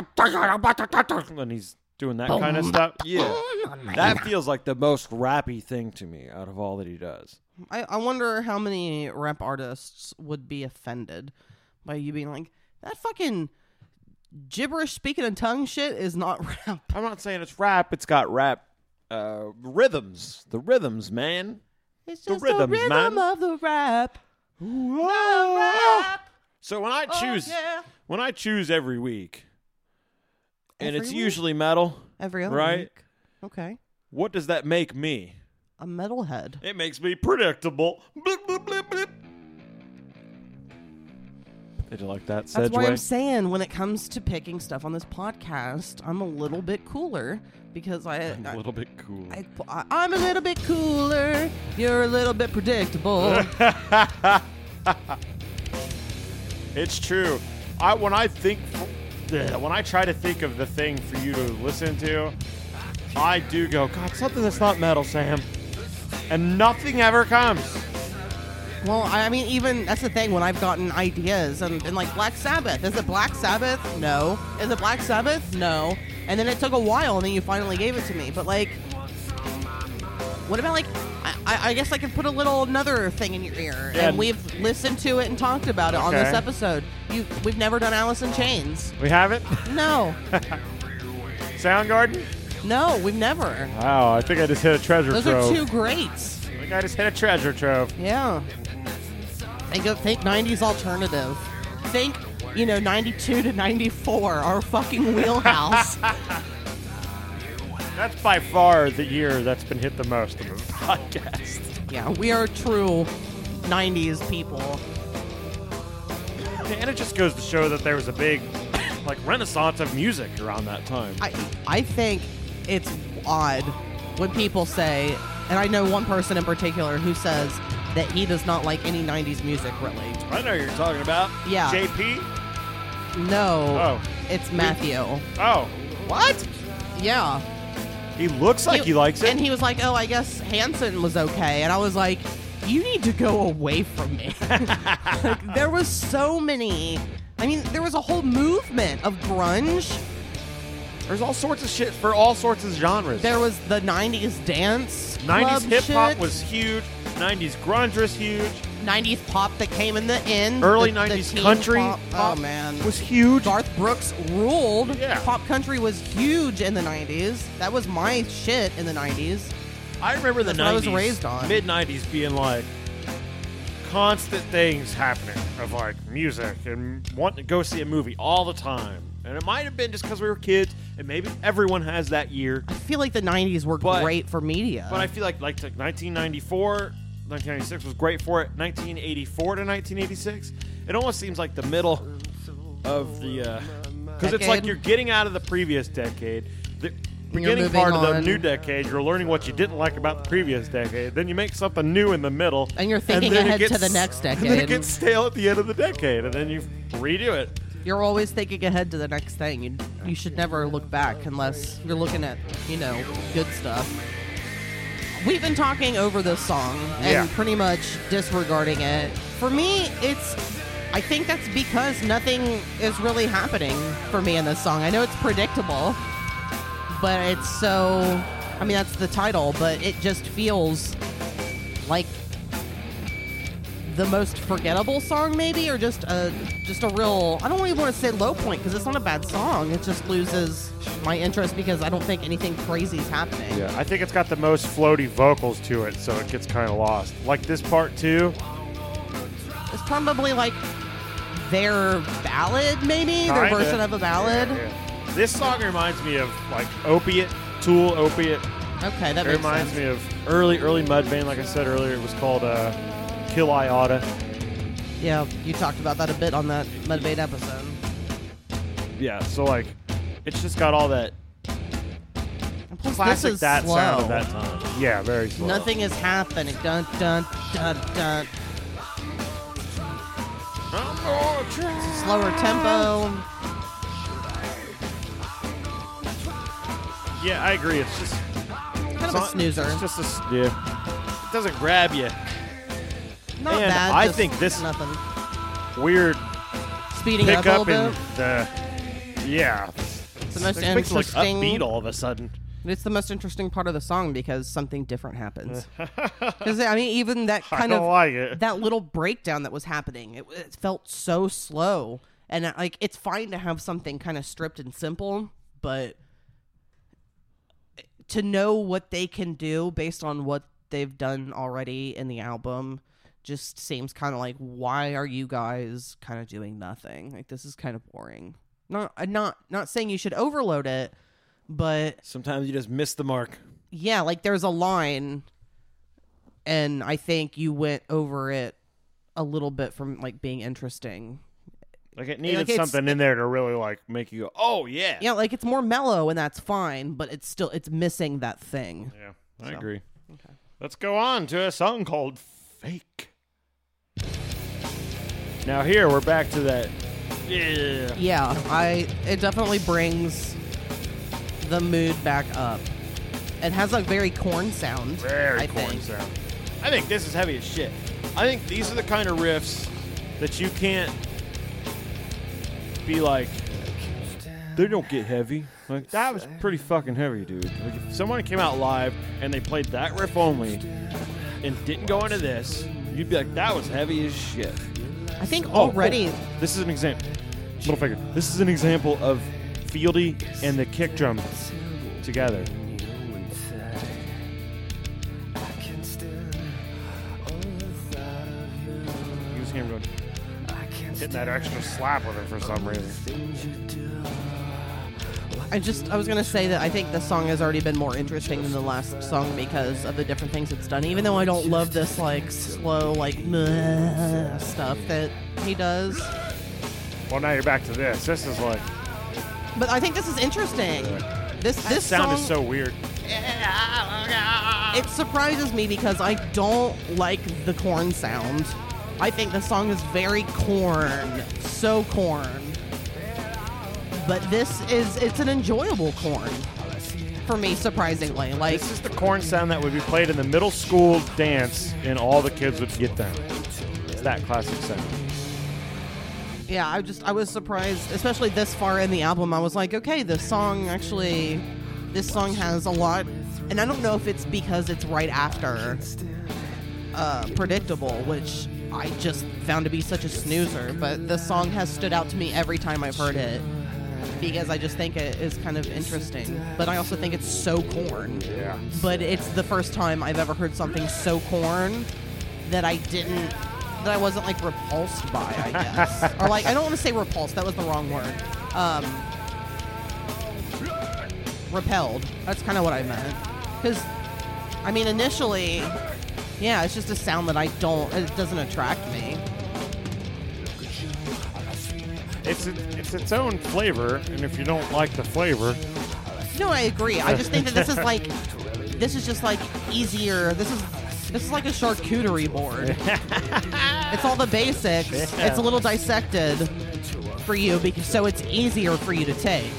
C: and he's doing that kind of stuff. Yeah.
B: Oh,
C: That feels like the most rappy thing to me out of all that he does.
B: I, I wonder how many rap artists would be offended by you being like, that fucking gibberish speaking in tongue shit is not rap.
C: I'm not saying it's rap, it's got rap uh, rhythms. The rhythms, man.
B: It's
C: the
B: just
C: rhythms,
B: the rhythm
C: man.
B: of the rap.
C: So when I
B: Oh,
C: choose
B: yeah.
C: when I choose every week and
B: Every
C: it's
B: week?
C: usually metal.
B: Every other
C: right?
B: week. Okay.
C: What does that make me?
B: A metalhead.
C: It makes me predictable. Blip, blip, blip, blip. Did you like that,
B: That's why
C: Sedgway?
B: I'm saying when it comes to picking stuff on this podcast, I'm a little bit cooler because I, I-
C: a little bit cool.
B: I, I I'm a little bit cooler. You're a little bit predictable.
J: It's true. I when I think yeah, when I try to think of the thing for you to listen to, I do go, God, something that's not metal, Sam. And nothing ever comes.
B: Well, I I mean, even that's the thing when I've gotten ideas and, and like Black Sabbath. Is it Black Sabbath? No. Is it Black Sabbath? No. And then it took a while and then you finally gave it to me. But like, what about like, I, I- I guess I could put a little another thing in your ear.
J: Yeah.
B: And we've listened to it and talked about it on this
J: Okay.
B: episode. You, We've never done Alice in Chains.
J: We have it?
B: No.
J: Soundgarden?
B: No, we've never.
J: Wow, I think I just hit a treasure
B: Those
J: trove.
B: are two greats.
J: I think I just hit a treasure trove.
B: Yeah. Think of think nineties alternative. Think, you know, ninety two to ninety four, our fucking wheelhouse.
J: That's by far the year that's been hit the most in the podcast.
B: yeah, we are true nineties people.
J: And it just goes to show that there was a big like renaissance of music around that time.
B: I I think it's odd when people say and I know one person in particular who says that he does not like any nineties music really.
J: I know who you're talking about.
B: Yeah.
J: JP?
B: No.
J: Oh.
B: It's Matthew.
J: Oh. What?
B: Yeah.
J: He looks like he, likes it.
B: And he was like, "Oh, I guess Hanson was okay." And I was like, "You need to go away from me." Like, there was so many. I mean, there was a whole movement of grunge.
J: There's all sorts of shit for all sorts of genres.
B: There was the '90s dance,
J: 90s
B: club
J: hip hop
B: shit,
J: was huge. 90s grunge was huge.
B: '90s pop that came in the end,
J: Early
B: the- the
J: 90s
B: teen
J: country
B: Pop.
J: pop
B: oh man,
J: was huge.
B: Garth Brooks ruled.
J: Yeah.
B: Pop country was huge in the '90s. That was my shit in the '90s.
J: I remember the
B: That's
J: 90s,
B: what I was raised on.
J: mid 90s being like constant things happening of like music and wanting to go see a movie all the time. And it might have been just because we were kids, and maybe everyone has that year.
B: I feel like the '90s were
J: But-
B: great for media.
J: But I feel like like to 1994, 1996 was great for it. 1984 to 1986, it almost seems like the middle of the because it's like
B: Decade.
J: you're getting out of the previous decade. The,
B: You're
J: Beginning
B: moving
J: part of the
B: on.
J: new decade, you're learning what you didn't like about the previous decade. Then you make something new in the middle,
B: And you're thinking
J: then it
B: ahead to
J: gets-
B: the next
J: And then it
B: decade.
J: gets stale at the end of the decade, and then you redo it.
B: You're always thinking ahead to the next thing. You, you should never look back unless you're looking at, you know, good stuff. We've been talking over this song and
J: Yeah.
B: pretty much disregarding it. For me, it's. I think that's because nothing is really happening for me in this song. I know it's predictable, but it's so. I mean, that's the title, but it just feels like the most forgettable song, maybe, or just a just a real. I don't even want to say low point because it's not a bad song. It just loses my interest because I don't think anything crazy is happening.
C: Yeah, I think it's got the most floaty vocals to it, so it gets kind of lost. Like this part too.
B: It's probably like their ballad, maybe their
C: Kinda.
B: version of a ballad.
C: Yeah, yeah. This song reminds me of like Opiate, Tool, Opiate.
B: Okay,
C: it
B: that makes
C: reminds
B: sense.
C: me of early, early Mudvayne. Like I said earlier, it was called uh, Kill Iota.
B: Yeah, you talked about that a bit on that Mudbait episode.
C: Yeah, so like, it's just got all that
B: And plus,
C: classic
B: this is
C: that
B: slow.
C: sound of that time. Yeah, very slow.
B: Nothing is happening. Dun dun dun dun. Slower tempo.
C: Yeah, I agree. It's just kind
B: of a snoozer.
C: It's just a s- yeah. It doesn't grab you.
B: Not
C: and
B: bad.
C: I
B: just
C: think this
B: nothing.
C: weird
B: Speeding it up
C: pickup
B: a little
C: and the yeah.
B: It's the most
C: It makes it, like
B: interesting-
C: upbeat all of a sudden.
B: It's the most interesting part of the song because something different happens. 'Cause, I mean, even that
C: I
B: kind
C: don't
B: of
C: like it.
B: that little breakdown that was happening, it, it felt so slow. And uh, like, it's fine to have something kind of stripped and simple, but to know what they can do based on what they've done already in the album just seems kind of like why are you guys kind of doing nothing like this is kind of boring not I'm not not saying you should overload it but
P: sometimes you just miss the mark
B: yeah like there's a line and i think you went over it a little bit from like being interesting
C: Like it needed
B: Like, it's-
C: something in there to really like make you go, oh yeah.
B: yeah like it's more mellow and that's fine but it's still it's missing that thing
C: yeah
B: I So.
C: agree. Okay. Let's go on to a song called Fake. Now here we're back to that. Yeah.
B: Yeah, I it definitely brings the mood back up. It has a very corn sound.
C: Very
B: I
C: corn
B: think.
C: sound. I think this is heavy as shit. I think these are the kind of riffs that you can't be like. They don't get heavy. Like that was pretty fucking heavy, dude. Like if someone came out live and they played that riff only and didn't go into this, you'd be like, that was heavy as shit.
B: I think
C: Oh,
B: already
C: oh, this is an example. Little finger. This is an example of Fieldy and the kick drum together. Use him going. Hitting that extra slap with it for some reason.
B: I just I was gonna say that I think this song has already been more interesting than the last song because of the different things it's done. Even though I don't love this like slow like meh stuff that he does,
C: Well, now you're back to this. This is like
B: but I think this is interesting. This
C: that
B: this
C: sound
B: song
C: is so weird.
B: It surprises me because I don't like the corn sound. I think the song is very corn, so corn. But this is it's an enjoyable corn for me surprisingly. Like
C: This is the corn sound that would be played in the middle school dance, and all the kids would get down. It's that classic sound.
B: yeah, I just I was surprised especially this far in the album. I was like, okay, this song actually this song has a lot and I don't know if it's because it's right after uh, predictable, which I just found to be such a snoozer. But the song has stood out to me every time I've heard it because I just think it is kind of interesting. But I also think it's so corn.
C: Yeah.
B: But it's the first time I've ever heard something so corn that I didn't, that I wasn't like repulsed by, I guess. or like, I don't want to say repulsed, that was the wrong word. Um, repelled. That's kind of what I meant. Because, I mean, initially, yeah, it's just a sound that I don't, it doesn't attract me.
C: It's it's its own flavor, and if you don't like the flavor,
B: No, I agree. I just think that this is like, this is just like easier. This is. This is like a charcuterie board. it's all the basics.
Q: Yeah.
B: It's a little dissected for you, because, so it's easier for you to take.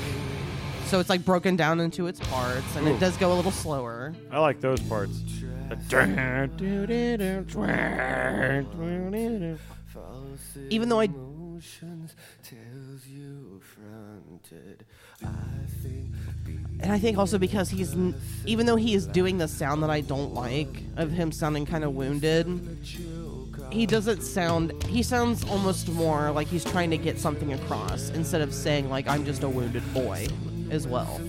B: So it's like broken down into its parts, and
C: Ooh.
B: it does go a little slower.
C: I like those parts.
B: Even though I And I think also because he's, n- even though he is doing the sound that I don't like of him sounding kind of wounded, he doesn't sound he sounds almost more like he's trying to get something across instead of saying like I'm just a wounded boy as well.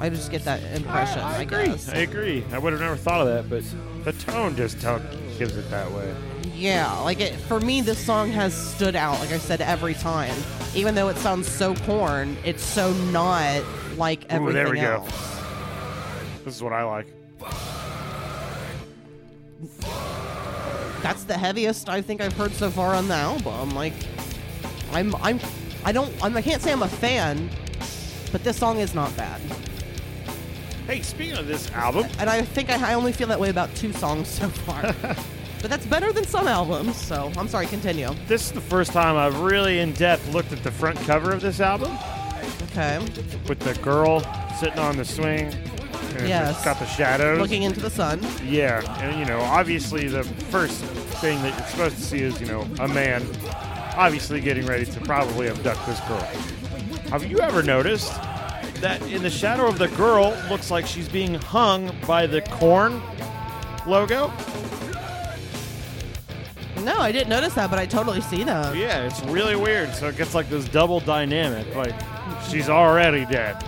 B: I just get that impression, I,
C: agree.
B: guess.
C: I agree. I would have never thought of that, but the tone just tell- gives it that way.
B: Yeah, like it for me this song has stood out, like I said every time. Even though it sounds so corn, it's so not like everything
C: Ooh, there we
B: else.
C: go. This is what I like.
B: that's the heaviest I think I've heard so far on the album. Like, I'm, I'm, I don't, I'm, I can't say I'm a fan, but this song is not bad.
C: Hey, speaking of this album,
B: And I think I, I only feel that way about two songs so far. but that's better than some albums. So I'm sorry. Continue.
C: this is the first time I've really in depth looked at the front cover of this album.
B: Okay.
C: With the girl sitting on the swing. And
B: Yes.
C: It's got the shadows.
B: Looking into the sun.
C: Yeah, and you know, obviously the first thing that you're supposed to see is, you know, a man obviously getting ready to probably abduct this girl. Have you ever noticed that in the shadow of the girl looks like she's being hung by the corn logo?
B: No, I didn't notice that, but I totally see that.
C: Yeah, it's really weird. So it gets like this double dynamic. Like she's already dead.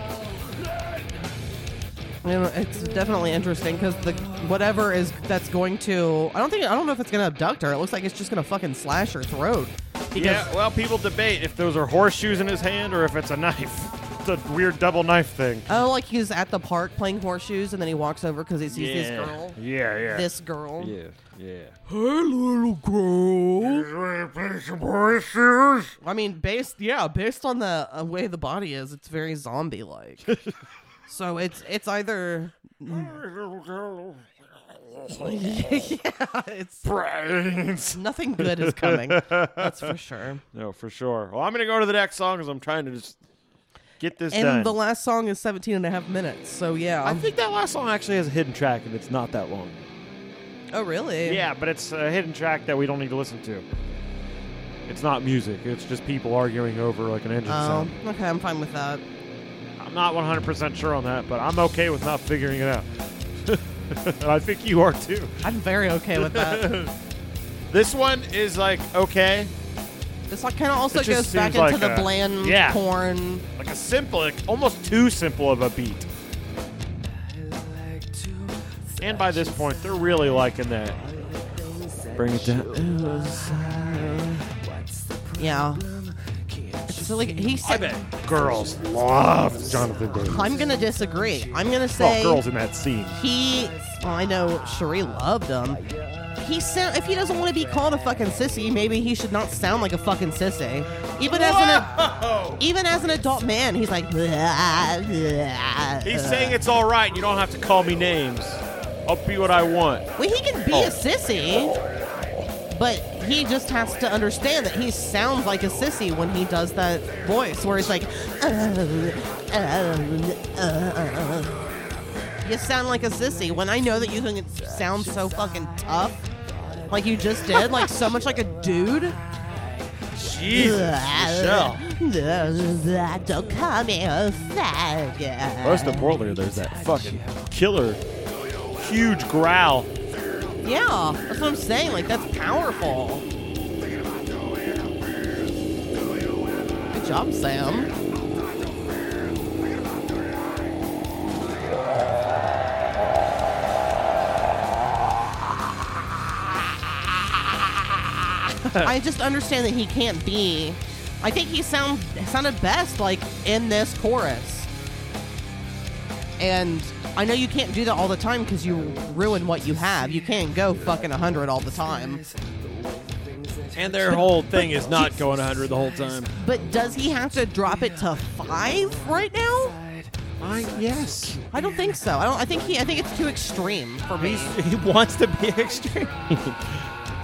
B: You know, it's definitely interesting because the whatever is that's going to. I don't think I don't know if it's gonna abduct her. It looks like it's just gonna fucking slash her throat.
C: yeah, well, people debate if those are horseshoes in his hand or if it's a knife. The weird double knife thing.
B: Oh, like he's at the park playing horseshoes, and then he walks over because he sees this
C: Yeah.
B: girl.
C: Yeah, yeah.
B: This girl.
C: Yeah, yeah.
B: Hey, little girl.
F: Play some horseshoes.
B: I mean, based yeah, based on the uh, way the body is, it's very zombie-like. so it's it's either yeah, it's
C: brains.
B: Nothing good is coming. That's for sure.
C: No, for sure. Well, I'm going to go to the next song because I'm trying to just get this
B: and
C: done.
B: the last song is 17 and a half minutes. So yeah.
C: I think that last song actually has a hidden track and it's not that long.
B: oh really?
C: Yeah, but it's a hidden track that we don't need to listen to. It's not music. It's just people arguing over like an engine
B: Oh,
C: sound.
B: okay. I'm fine with that.
C: I'm not 100% sure on that, but I'm okay with not figuring it out. and I think you are too.
B: I'm very okay with that.
C: This one is like okay.
B: This like kind of also
C: It just
B: goes back into
C: seems like
B: the
C: a-
B: bland
C: yeah.
B: corn.
C: Like a simple, like almost too simple of a beat. And by this point, they're really liking that. Bring it down.
B: Yeah. It's so, like he said.
C: Girls love Jonathan Davis.
B: I'm gonna disagree. I'm gonna
C: Well,
B: say
C: Oh, girls in that scene.
B: he. well, I know Cherie loved him. He sound if he doesn't want to be called a fucking sissy, maybe he should not sound like a fucking sissy. Even as an even as an adult man, he's like.
C: He's
B: He's
C: saying it's all right. You don't have to call me names. I'll be what I want.
B: Well, he can be a sissy, but he just has to understand that he sounds like a sissy when he does that voice, where he's like, "Oh, oh, oh." you sound like a sissy. When I know that you can sound so fucking tough, like you just did, like so much like a dude.
C: Jesus, Michelle.
B: Don't call me a faggot.
C: Most importantly, there's that fucking killer, huge growl.
B: Yeah, that's what I'm saying. Like that's powerful. Good job, Sam. I just understand that he can't be. I think he sound sounded best like in this chorus. And I know you can't do that all the time because you ruin what you have. You can't go fucking 100 all the time.
R: And their whole thing is not going 100 the whole time.
B: But does he have to drop it to five right now?
R: I yes.
B: I don't think so. I don't. I think he. I think it's too extreme for me.
R: He wants to be extreme.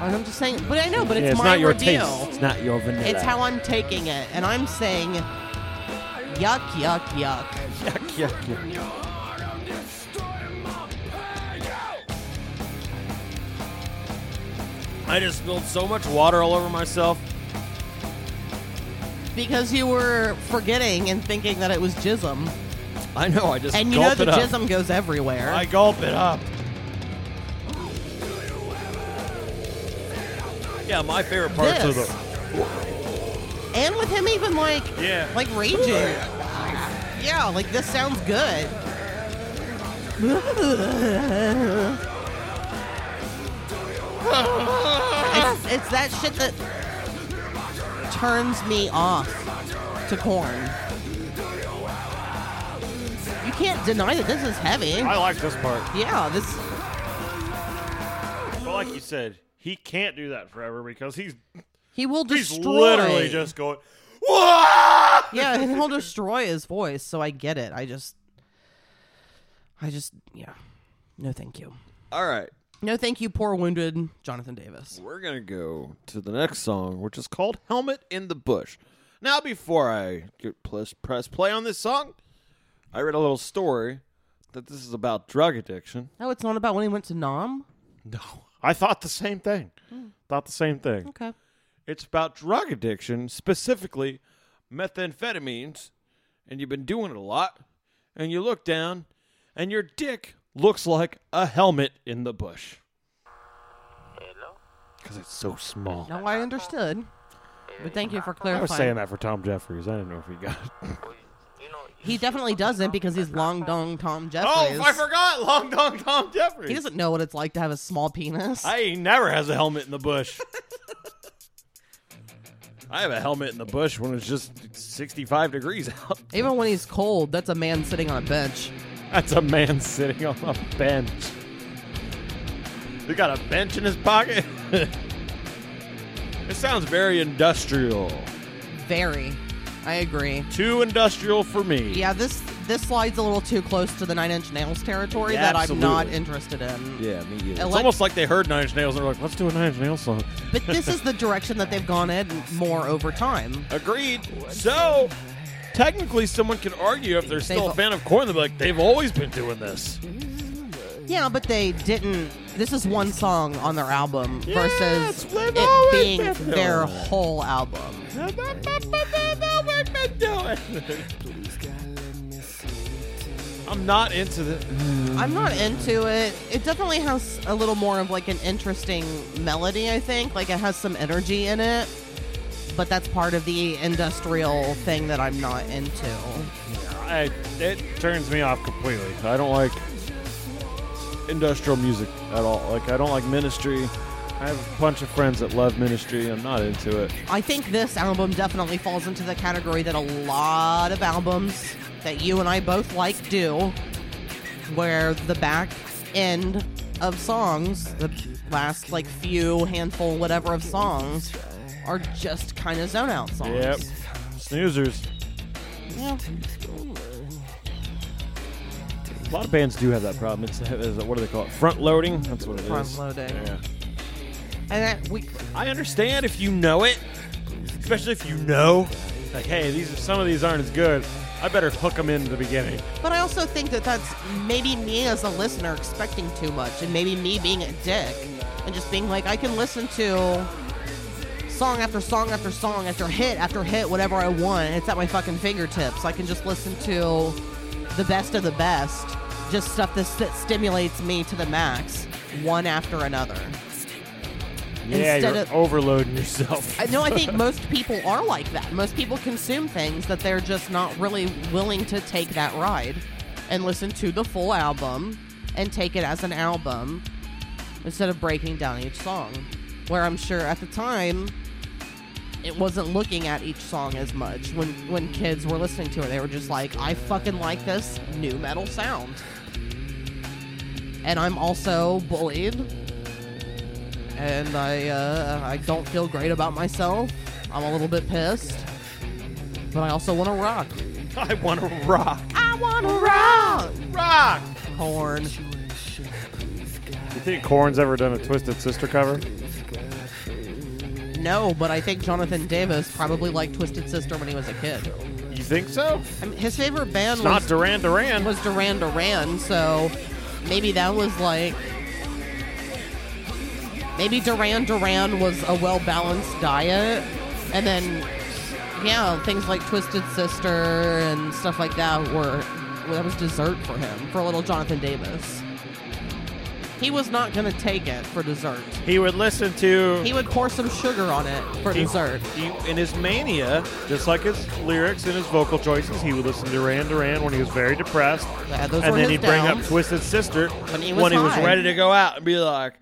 B: I'm just saying. But I know. But it's,
R: Yeah, it's
B: my
R: not your
B: review.
R: taste. It's not your vanilla.
B: It's how I'm taking it, and I'm saying, yuck, yuck, yuck.
R: Yuck, yuck, yuck. I just spilled so much water all over myself.
B: Because you were forgetting and thinking that it was jism,
R: I know. I just
B: and you know
R: gulp
B: the
R: it up.
B: jism goes everywhere.
R: I gulp it up.
C: Yeah, my favorite parts
B: This.
C: are the.
B: And with him even like
C: Yeah.
B: like raging. Yeah, like this sounds good. it's, it's that shit that turns me off to corn. You can't deny that this is heavy.
J: I like this part.
B: Yeah, this
J: But like you said, he can't do that forever because he's
B: he will
J: he's
B: destroy.
J: literally just going.
B: yeah, and he'll destroy his voice, so I get it. I just I just yeah. No thank you.
C: All right,
B: No thank you, poor wounded Jonathan Davis.
C: we're gonna go to the next song, which is called "Helmet in the Bush." Now, before I get plus press play on this song, I read a little story that this is about drug addiction.
B: No, it's not about when he went to Nam.
J: No, I thought the same thing. Thought the same thing.
B: Okay.
C: It's about drug addiction, specifically methamphetamines, and you've been doing it a lot, and you look down, and your dick looks like a helmet in the bush.
J: Because it's so small.
B: No, I understood. But thank you for
J: I
B: clarifying.
J: was saying that for Tom Jeffries. I didn't know if he got it.
B: He definitely doesn't because he's long dong Tom Jeffries.
C: Oh, I forgot. Long Dong Tom Jeffries.
B: He doesn't know what it's like to have a small penis.
C: I he never has a helmet in the bush. I have a helmet in the bush when it's just 65 degrees out.
B: Even when he's cold, that's a man sitting on a bench.
J: That's a man sitting on a bench.
C: He got a bench in his pocket. it sounds very industrial.
B: Very. I agree.
C: Too industrial for me.
B: Yeah, this this slides a little too close to the Nine Inch Nails territory
C: Yeah,
B: that I'm not
C: absolutely.
B: interested in.
C: Yeah, me either.
B: Elect-
C: it's almost like they heard Nine Inch Nails and they're like, let's do a Nine Inch Nails song.
B: But this is the direction that they've gone in more over time.
C: Agreed. So, technically, someone can argue if they're still
B: They've-
C: a fan of Korn, they're like, they've always been doing this.
B: Yeah, but they didn't. This is one song on their album versus
C: they've
B: it
C: always
B: being
C: been doing
B: their
C: it.
B: whole album.
C: I'm not into the.
B: I'm not into it. It definitely has a little more of like an interesting melody, I think. Like it has some energy in it. But that's part of the industrial thing that I'm not into.
J: I, it turns me off completely. Uh, I don't like industrial music at all. Like I don't like Ministry. I have a bunch of friends that love Ministry. I'm not into it.
B: I think this album definitely falls into the category that a lot of albums that you and I both like do, where the back end of songs, the last like few handful, whatever of songs, are just kind of zone out songs.
J: Yep. Snoozers.
B: Yeah.
J: A lot of bands do have that problem. It's, uh, is it- what do they call it? Front loading. That's what it is.
B: Front loading.
J: Yeah.
B: And that we,
C: I understand if you know it, especially if you know.
J: Like, hey, these some of these aren't as good. I better hook them in the beginning.
B: but I also think that that's maybe me as a listener expecting too much, and maybe me being a dick and just being like, I can listen to song after song after song after hit after hit, whatever I want. and It's at my fucking fingertips. I can just listen to the best of the best, just stuff that st- stimulates me to the max, one after another.
J: Yeah,
B: Instead
J: you're
B: of-
J: overloading yourself.
B: I know I think most people are like that. Most people consume things that they're just not really willing to take that ride and listen to the full album and take it as an album instead of breaking down each song. Where I'm sure at the time it wasn't looking at each song as much when when kids were listening to it. They were just like, "I fucking like this new metal sound." And I'm also bullied and I uh, I don't feel great about myself. I'm a little bit pissed, but I also want to rock.
C: I want to rock.
B: I want to rock,
C: Rock.
B: corn.
J: You think Korn's ever done a Twisted Sister cover?
B: No, but I think Jonathan Davis probably liked Twisted Sister when he was a kid.
J: You think so?
B: I mean, his favorite band
J: It's
B: was
J: not Duran Duran.
B: was Duran Duran, so maybe that was like. Maybe Duran Duran was a well balanced diet, and then, yeah, things like Twisted Sister and stuff like that were. That was dessert for him, for little Jonathan Davis. He was not going to take it for dessert.
C: He would listen to.
B: He would pour some sugar on it for
C: He-
B: dessert.
C: he- in his mania, just like his lyrics and his vocal choices, he would listen to Duran Duran when he was very depressed.
B: Yeah, those
C: and
B: were
C: then
B: his
C: he'd bring up
B: downs.
C: Twisted Sister when
B: he
C: he
B: was
C: was,
B: high.
C: ready to go out and be like,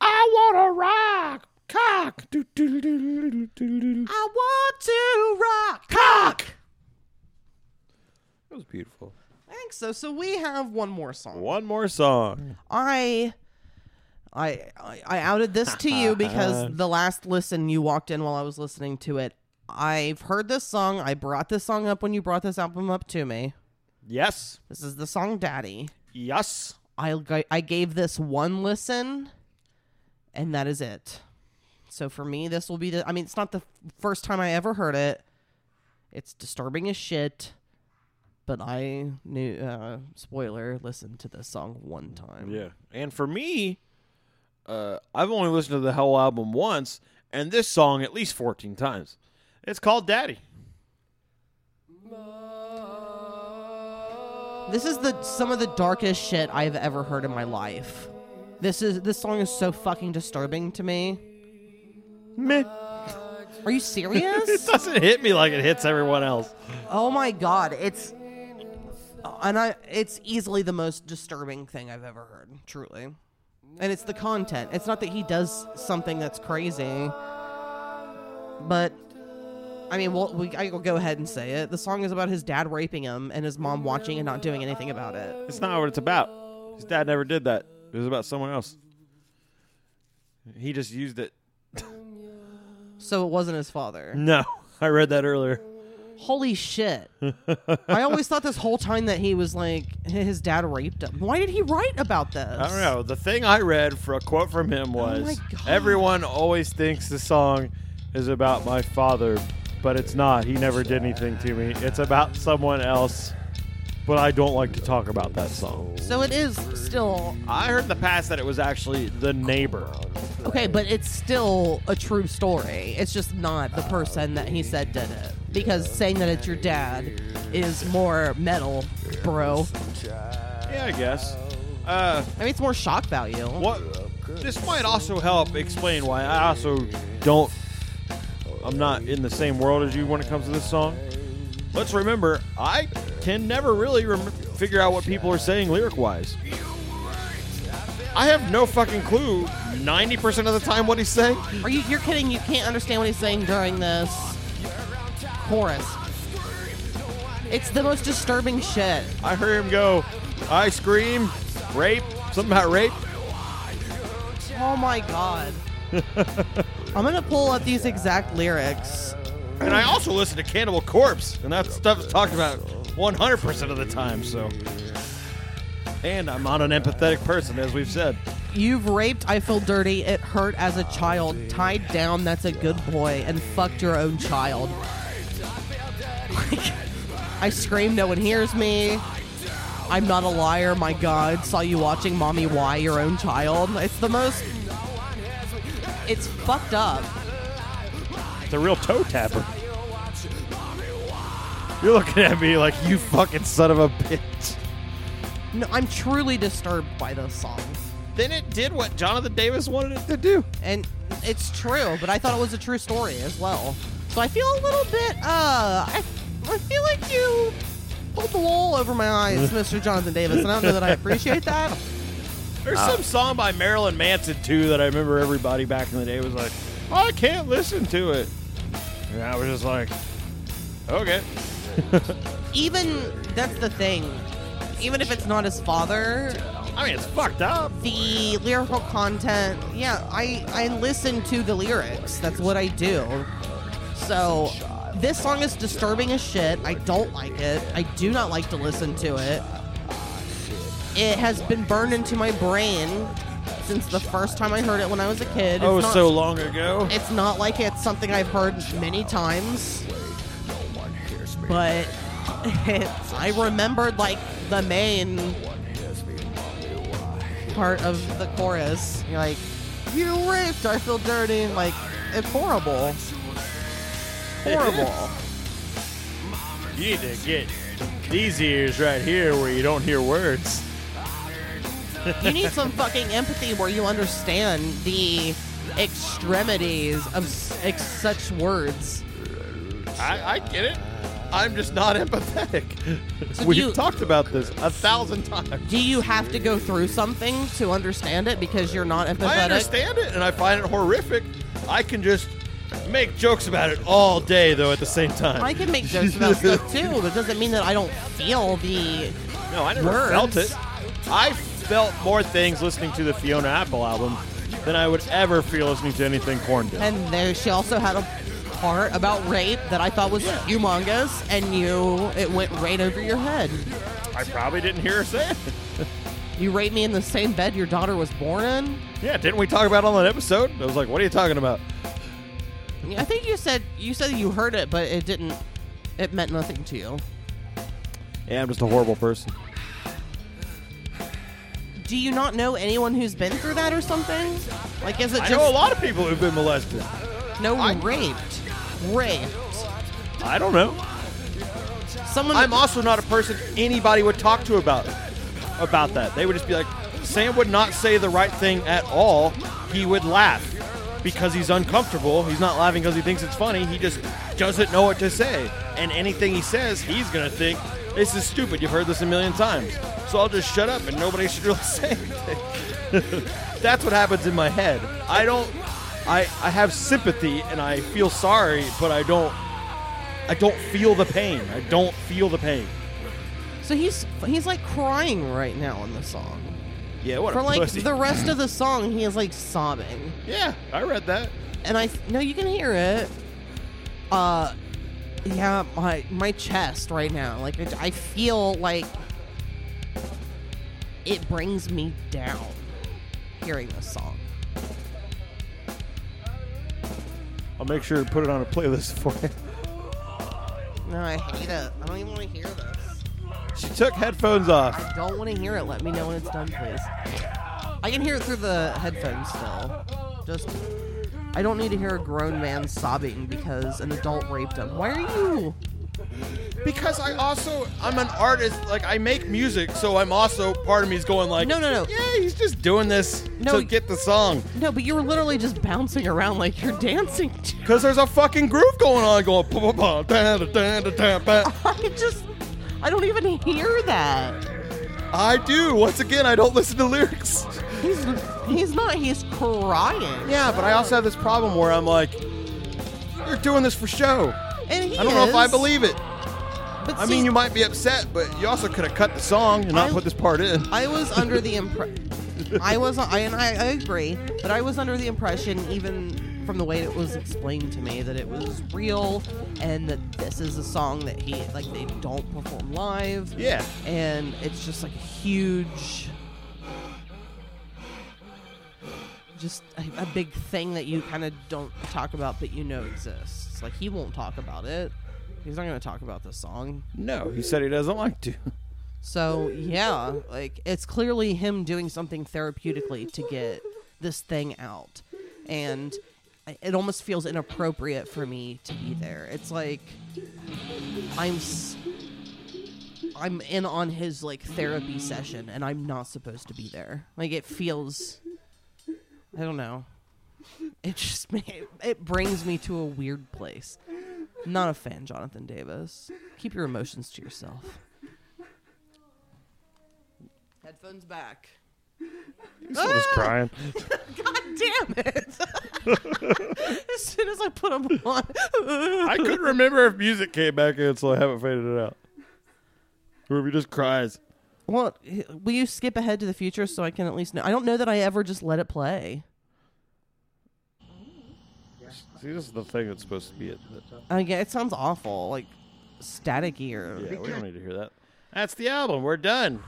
F: I want to rock cock. I want to rock cock.
S: That was beautiful.
B: Thanks. So, so we have one more song.
S: One more song.
B: I I I I outed this to you because the last listen you walked in while I was listening to it. I've heard this song. I brought this song up when you brought this album up to me.
C: Yes.
B: This is the song Daddy.
C: Yes.
B: I g- I gave this one listen and that is it. So for me this will be the I mean it's not the f- first time I ever heard it. It's disturbing as shit. But I knew uh spoiler listened to this song one time.
S: Yeah. And for me, uh, I've only listened to the whole album once, and this song at least 14 times.
C: It's called Daddy.
B: This is the some of the darkest shit I've ever heard in my life. This is this song is so fucking disturbing to me.
C: Meh.
B: Are you serious?
C: it doesn't hit me like it hits everyone else.
B: Oh my god, it's and I it's easily the most disturbing thing I've ever heard, truly. And it's the content. It's not that he does something that's crazy, but I mean, well, we, I will go ahead and say it. The song is about his dad raping him and his mom watching and not doing anything about it.
S: It's not what it's about. His dad never did that. It was about someone else. He just used it.
B: So it wasn't his father.
S: No, I read that earlier.
B: Holy shit. I always thought this whole time that he was like, his dad raped him. Why did he write about this?
C: I don't know. The thing I read for a quote from him was
B: Oh my God.
C: Everyone always thinks the song is about my father, but it's not. He never did anything to me. It's about someone else, but I don't like to talk about that song.
B: So it is still,
C: I heard in the past that it was actually the neighbor.
B: okay, but it's still a true story. It's just not the person that he said did it. Because saying that it's your dad is more metal, bro.
C: Yeah, I guess. Uh,
B: I mean, it's more shock value.
C: What? This might also help explain why I also don't. I'm not in the same world as you when it comes to this song. Let's remember, I can never really rem- figure out what people are saying lyric wise. I have no fucking clue 90% of the time what he's saying.
B: Are you, you're kidding? You can't understand what he's saying during this chorus. It's the most disturbing shit.
C: I heard him go, I scream, rape, something about rape.
B: Oh my god. I'm gonna pull up these exact lyrics.
C: And I also listen to Cannibal Corpse, and that stuff's talked about 100% of the time, so. And I'm not an empathetic person, as we've said.
B: You've raped, I feel dirty, it hurt as a child, tied down, that's a good boy, and fucked your own child. Like, I scream, no one hears me. I'm not a liar, my god, saw you watching mommy why your own child. It's the most. It's fucked up.
C: It's a real toe tapper. You're looking at me like, you fucking son of a bitch.
B: No, I'm truly disturbed by this song.
C: Then it did what Jonathan Davis wanted it to do.
B: and it's true but i thought it was a true story as well so i feel a little bit uh i, I feel like you pulled the wool over my eyes mr jonathan davis and i don't know that i appreciate that
C: There's some song by Marilyn Manson, too, that I remember everybody back in the day was like, "Oh, I can't listen to it. And I was just like, okay.
B: even that's the thing even if it's not his father
C: I mean, it's fucked up.
B: the lyrical content yeah i i listen to the lyrics that's what i do so this song is disturbing as shit i don't like it i do not like to listen to it it has been burned into my brain since the first time i heard it when i was a kid It's
C: Oh,
B: not-
C: so long ago.
B: it's not like it's something I've heard many times, but it's, I remembered like the main part of the chorus. You're like, you raped, I feel dirty. Like, it's horrible. Horrible.
C: You need to get these ears right here where you don't hear words.
B: you need some fucking empathy where you understand the extremities of s- ex- such words.
C: I, I get it. I'm just not empathetic.
B: So do
C: We've
B: you-
C: talked about this a thousand times.
B: Do you have to go through something to understand it because you're not empathetic?
C: I understand it and I find it horrific. I can just make jokes about it all day, though, at the same time.
B: I can make jokes about stuff too, but it doesn't mean that I don't feel the.
C: No, I never
B: words.
C: felt it.
J: I felt more things listening to the Fiona Apple album than I would ever feel listening to anything Corn did.
B: And there, she also had a part about rape that I thought was humongous, and you, it went right over your head.
J: I probably didn't hear her say it.
B: You raped me in the same bed your daughter was born in.
C: Yeah, didn't we talk about it on that episode? I was like, what are you talking about?
B: I think you said you said you heard it, but it didn't. It meant nothing to you.
C: Yeah, I'm just a horrible person.
B: Do you not know anyone who's been through that or something? Like, is it
C: I
B: just
C: know a lot of people who've been molested.
B: no raped, raped?
C: I don't know.
B: Someone.
C: I'm also not a person anybody would talk to about about that. They would just be like, Sam would not say the right thing at all. He would laugh because he's uncomfortable. He's not laughing because he thinks it's funny. He just doesn't know what to say. And anything he says, he's gonna think this is stupid. You've heard this a million times. So I'll just shut up and nobody should really say anything. That's what happens in my head. I don't. I I have sympathy and I feel sorry, but I don't. I don't feel the pain. I don't feel the pain.
B: So he's he's like crying right now in the song.
C: Yeah, what a
B: For like
C: pussy.
B: the rest of the song, he is like sobbing.
C: Yeah, I read that.
B: and I no, you can hear it. Uh, yeah, my my chest right now, like it, I feel like it brings me down hearing this song.
J: I'll make sure to put it on a playlist for you.
B: No, I hate it. I don't even want to hear this.
C: She took headphones off.
B: I don't want to hear it. Let me know when it's done, please. I can hear it through the headphones still. Just, I don't need to hear a grown man sobbing because an adult raped him. Why are you?
C: Because I also I'm an artist. Like I make music, so I'm also part of me is going like,
B: No, no, no.
C: Yeah, he's just doing this
B: No,
C: to get the song.
B: No, but you were literally just bouncing around like you're dancing. to-
C: Cause there's a fucking groove going on, going pa pa pa da da da da da ba.
B: I just, I don't even hear that.
C: I do. Once again, I don't listen to lyrics.
B: He's he's not. He's crying.
C: Yeah, but I also have this problem where I'm like, you're doing this for show.
B: And he
C: I don't know if I
B: is,
C: believe it.
B: But
C: I
B: see,
C: mean, you might be upset, but you also could have cut the song and not
B: I-
C: put this part in.
B: I was under the impression. I was, I, and I, I agree, but I was under the impression, even from the way it was explained to me, that it was real and that this is a song that he, like, they don't perform live.
C: Yeah.
B: And it's just like a huge, just a, a big thing that you kind of don't talk about, but you know exists. Like, he won't talk about it. He's not going to talk about this song.
C: No, he said he doesn't like to.
B: So yeah, like it's clearly him doing something therapeutically to get this thing out, and I- it almost feels inappropriate for me to be there. It's like I'm s- I'm in on his like therapy session, and I'm not supposed to be there. Like it feels, I don't know. It just ma- it brings me to a weird place. Not a fan, Jonathan Davis. Keep your emotions to yourself. Headphones back.
J: Still just crying.
B: God damn it! as soon as I put them on,
J: I couldn't remember if music came back in, so I haven't faded it out. Or if he just cries.
B: well, h- will you skip ahead to the future so I can at least know? I don't know that I ever just let it play.
C: See, this is the thing that's supposed to be it.
B: I get it sounds awful, like staticky or
C: Yeah, we don't need to hear that. That's the album. We're done.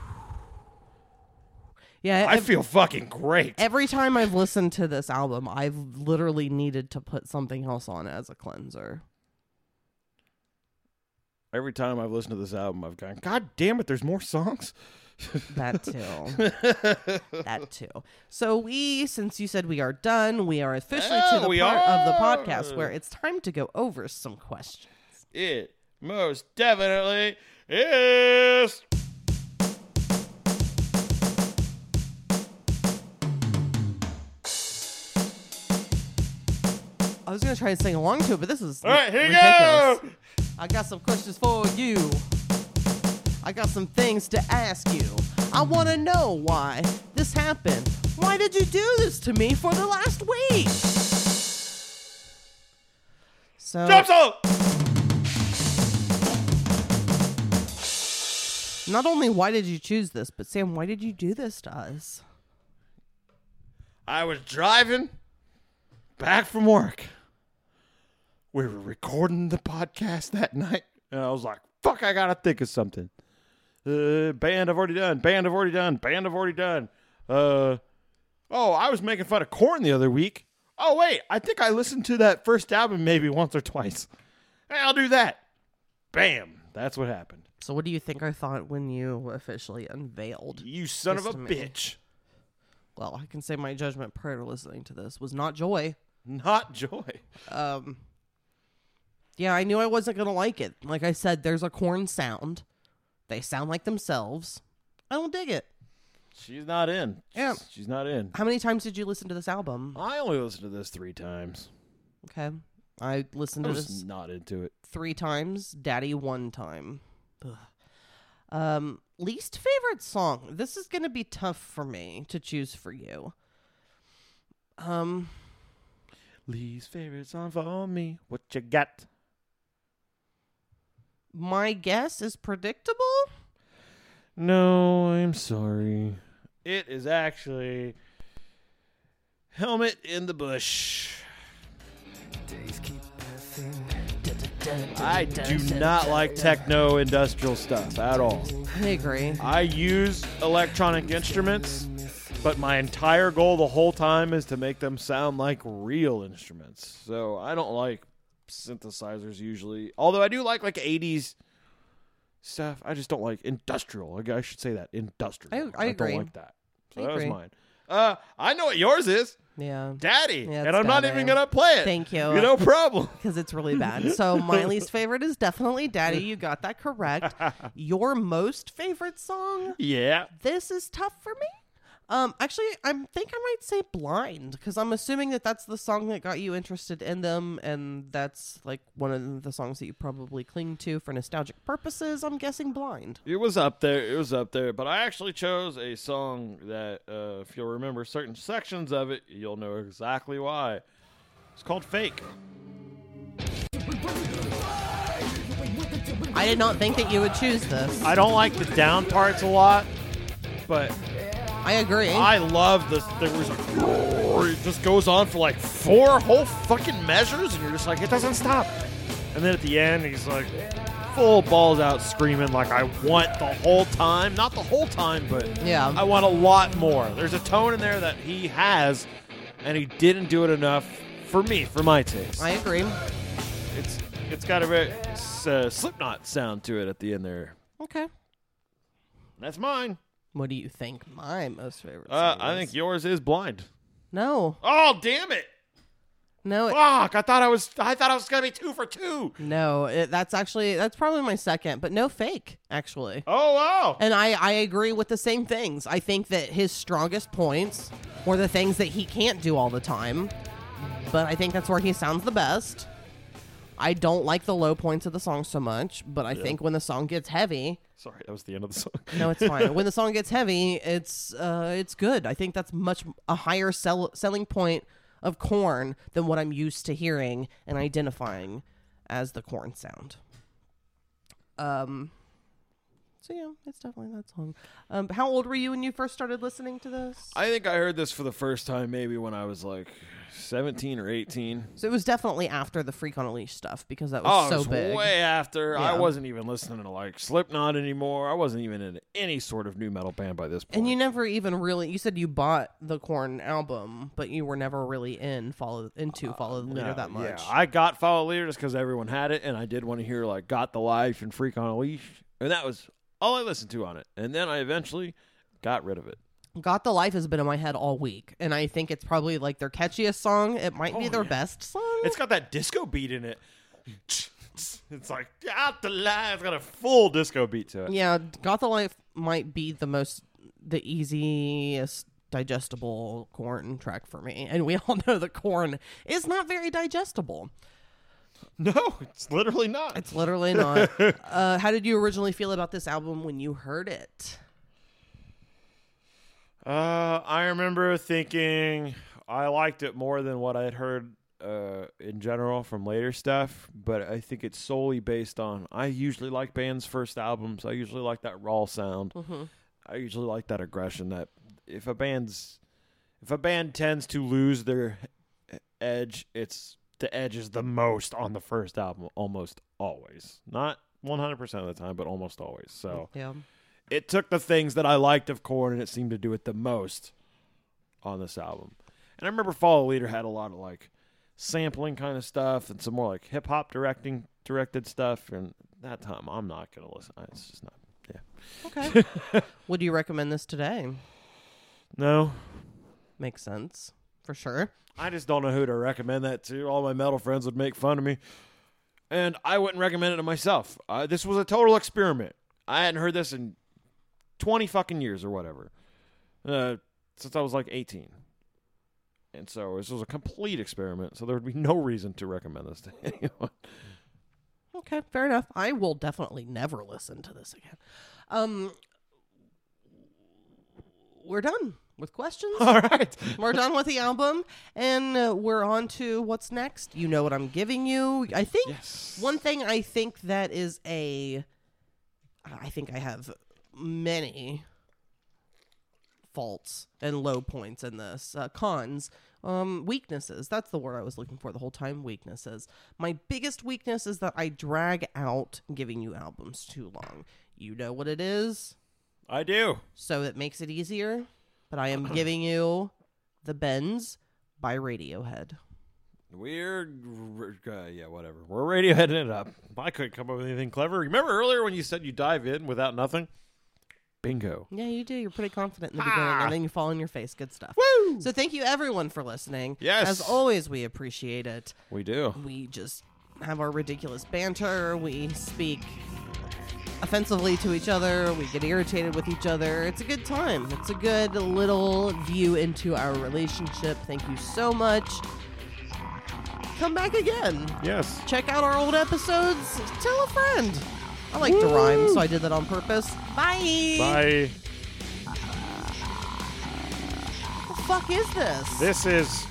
B: yeah.
C: I
B: ev-
C: feel fucking great.
B: every time I've listened to this album, I've literally needed to put something else on as a cleanser.
C: Every time I've listened to this album, I've gone, God damn it, there's more songs.
B: That too. that too. So we, since you said we are done, we are officially to
C: Oh,
B: the
C: we
B: part of the podcast
C: are.
B: where it's time to go over some questions.
C: It most definitely is.
B: was gonna try to sing along to it, but this is
H: All right, here you
B: ridiculous. I got some questions for you. I got some things to ask you. I want to know why this happened. Why did you do this to me for the last week? So
H: Jump soul!
B: not only why did you choose this, but Sam, why did you do this to us?
H: I was driving back from work. We were recording the podcast that night, and I was like, fuck, I gotta think of something. Uh, band I've already done, band I've already done, band I've already done. Uh, oh, I was making fun of Corn the other week. Oh, wait, I think I listened to that first album maybe once or twice. Hey, I'll do that. Bam, that's what happened.
B: So what do you think I thought when you officially unveiled?
H: You son
B: this
H: of a
B: to me?
H: bitch.
B: Well, I can say my judgment prior to listening to this was not joy.
H: Not joy.
B: Um Yeah, I knew I wasn't gonna like it. Like I said, there's a corn sound. They sound like themselves. I don't dig it.
C: She's not in.
B: Yeah.
C: She's not in.
B: How many times did you listen to this album?
C: I only listened to this three times.
B: Okay. I listened
C: I
B: to
C: was
B: this
C: not into it.
B: three times, Daddy one time. Ugh. Um, least favorite song. This is gonna be tough for me to choose for you. Um,
C: Lee's favorite song for me. What you got?
B: my guess is predictable.
C: No, I'm sorry.
H: It is actually Helmet in the Bush.
C: I do not like techno industrial stuff at all.
B: I agree.
C: I use electronic instruments, but my entire goal the whole time is to make them sound like real instruments. So I don't like synthesizers usually. Although I do like like 80s stuff. I just don't like industrial. I I should say that industrial.
B: I agree.
C: don't like that. So
B: I
C: that was
B: agree.
C: mine. Uh, I know what yours is,
B: Yeah.
C: Daddy,
B: Yeah,
C: and
B: it's
C: I'm not
B: Daddy.
C: even gonna play it.
B: Thank you.
C: You no problem.
B: because it's really bad. So my least favorite is definitely Daddy. You got that correct. Your most favorite song?
H: Yeah.
B: This is tough for me. Um, actually, I think I might say Blind because I'm assuming that that's the song that got you interested in them, and that's like one of the songs that you probably cling to for nostalgic purposes. I'm guessing Blind.
C: It was up there. It was up there. But I actually chose a song that, uh, if you'll remember certain sections of it, you'll know exactly why. It's called Fake.
B: I did not think that you would choose this.
J: I don't like the down parts a lot, but
B: I agree.
J: I love this. There was a, it just goes on for like four whole fucking measures, and you're just like, it doesn't stop. And then at the end, he's like, full balls out screaming like I want the whole time. Not the whole time, but
B: Yeah.
J: I want a lot more. There's a tone in there that he has, and he didn't do it enough for me, for my taste.
B: I agree.
C: It's it's got a very s- uh, Slipknot sound to it at the end there.
B: Okay.
C: That's mine.
B: What do you think my most favorite song
C: Uh, I
B: is?
C: think yours is blind.
B: No.
H: Oh, damn it.
B: No. it-
H: Fuck, I thought I was I thought I was gonna be two for two.
B: No, it, that's actually that's probably my second, but no fake actually.
H: Oh wow.
B: And I I agree with the same things. I think that his strongest points were the things that he can't do all the time, but I think that's where he sounds the best. I don't like the low points of the song so much, but I think when the song gets heavy,
C: Sorry, that was the end of the song.
B: no, it's fine. when the song gets heavy, it's uh, it's good. I think that's much a higher sell- selling point of corn than what I'm used to hearing and identifying as the corn sound. Um. So yeah, it's definitely that song. Um, how old were you when you first started listening to this?
C: I think I heard this for the first time maybe when I was like 17 or 18.
B: so it was definitely after the Freak on a Leash stuff because that
C: Oh,
B: was
C: it
B: so
C: was
B: big.
C: way after. I
B: Yeah.
C: wasn't even listening to like Slipknot anymore. I wasn't even in any sort of new metal band by this point.
B: and you never even really you said you bought the corn album, but you were never really in follow into follow the leader
C: Uh, No,
B: that much.
C: Yeah, I got Follow Leader just because everyone had it, and I did want to hear like "Got the Life" and "Freak on a Leash," and that was all I listened to on it. And then I eventually got rid of it.
B: Got the Life has been in my head all week, and I think it's probably like their catchiest song. It might be
C: Oh,
B: their
C: yeah.
B: best song.
C: It's got that disco beat in it.
H: It's like out the line. It's got a
C: Full disco beat to it.
B: yeah, Got the Life might be the most the easiest digestible corn track for me. And we all know that corn is not very digestible.
C: No, it's literally not.
B: It's literally not. uh, how did you originally feel about this album when you heard it?
C: Uh, I remember thinking I liked it more than what I had heard uh, in general from later stuff, but I think it's solely based on I usually like bands' first albums. I usually like that raw sound.
B: Mhm.
C: I usually like that aggression. That if a band's if a band tends to lose their edge, it's the edge is the most on the first album almost always. Not 100% of the time, but almost always. So
B: Yeah.
C: it took the things that I liked of Korn and it seemed to do it the most on this album. And I remember Follow Leader had a lot of like sampling kind of stuff and some more like hip hop directing directed stuff. And that time, I'm not gonna listen. I- It's just not. Yeah.
B: Okay. Would you recommend this today?
C: No.
B: Makes sense for sure.
C: I just don't know who to recommend that to. All my metal friends would make fun of me, and I wouldn't recommend it to myself. Uh, this was a total experiment. I hadn't heard this in twenty fucking years or whatever, uh, since I was like eighteen, and so this was a complete experiment. So there would be no reason to recommend this to anyone.
B: Okay, fair enough. I will definitely never listen to this again. Um, we're done with questions. All
C: right,
B: we're done with the album, and uh, we're on to what's next. You know what I'm giving you. I think one thing I think that is a. I think I have many faults and low points in this uh, cons um weaknesses that's the word i was looking for the whole time weaknesses my biggest weakness is that i drag out giving you albums too long you know what it is
C: i do
B: so it makes it easier but i am giving you the bends by radiohead
C: We're uh, yeah, whatever. We're radioheading it up. I couldn't come up with anything clever. Remember earlier when you said you dive in without nothing? Bingo.
B: yeah you do you're pretty confident in the beginning
C: Ah.
B: and then you fall on your face good stuff Woo! so thank you everyone for listening
C: Yes.
B: as always we appreciate it
C: We do.
B: we just have our ridiculous banter. We speak offensively to each other. We get irritated with each other. It's a good time. It's a good little view into our relationship. Thank you so much. Come back again.
C: Yes.
B: Check out our old episodes. Tell a friend. I like to rhyme, so I did that on purpose. Bye.
C: Bye.
B: What the fuck is this?
C: This is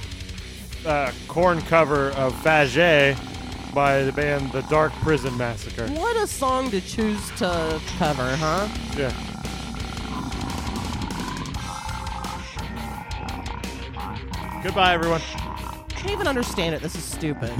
C: a corn cover of Faget by the band The Dark Prison Massacre.
B: What a song to choose to cover, huh?
C: Yeah. Goodbye, everyone.
B: I don't even understand it. This is stupid.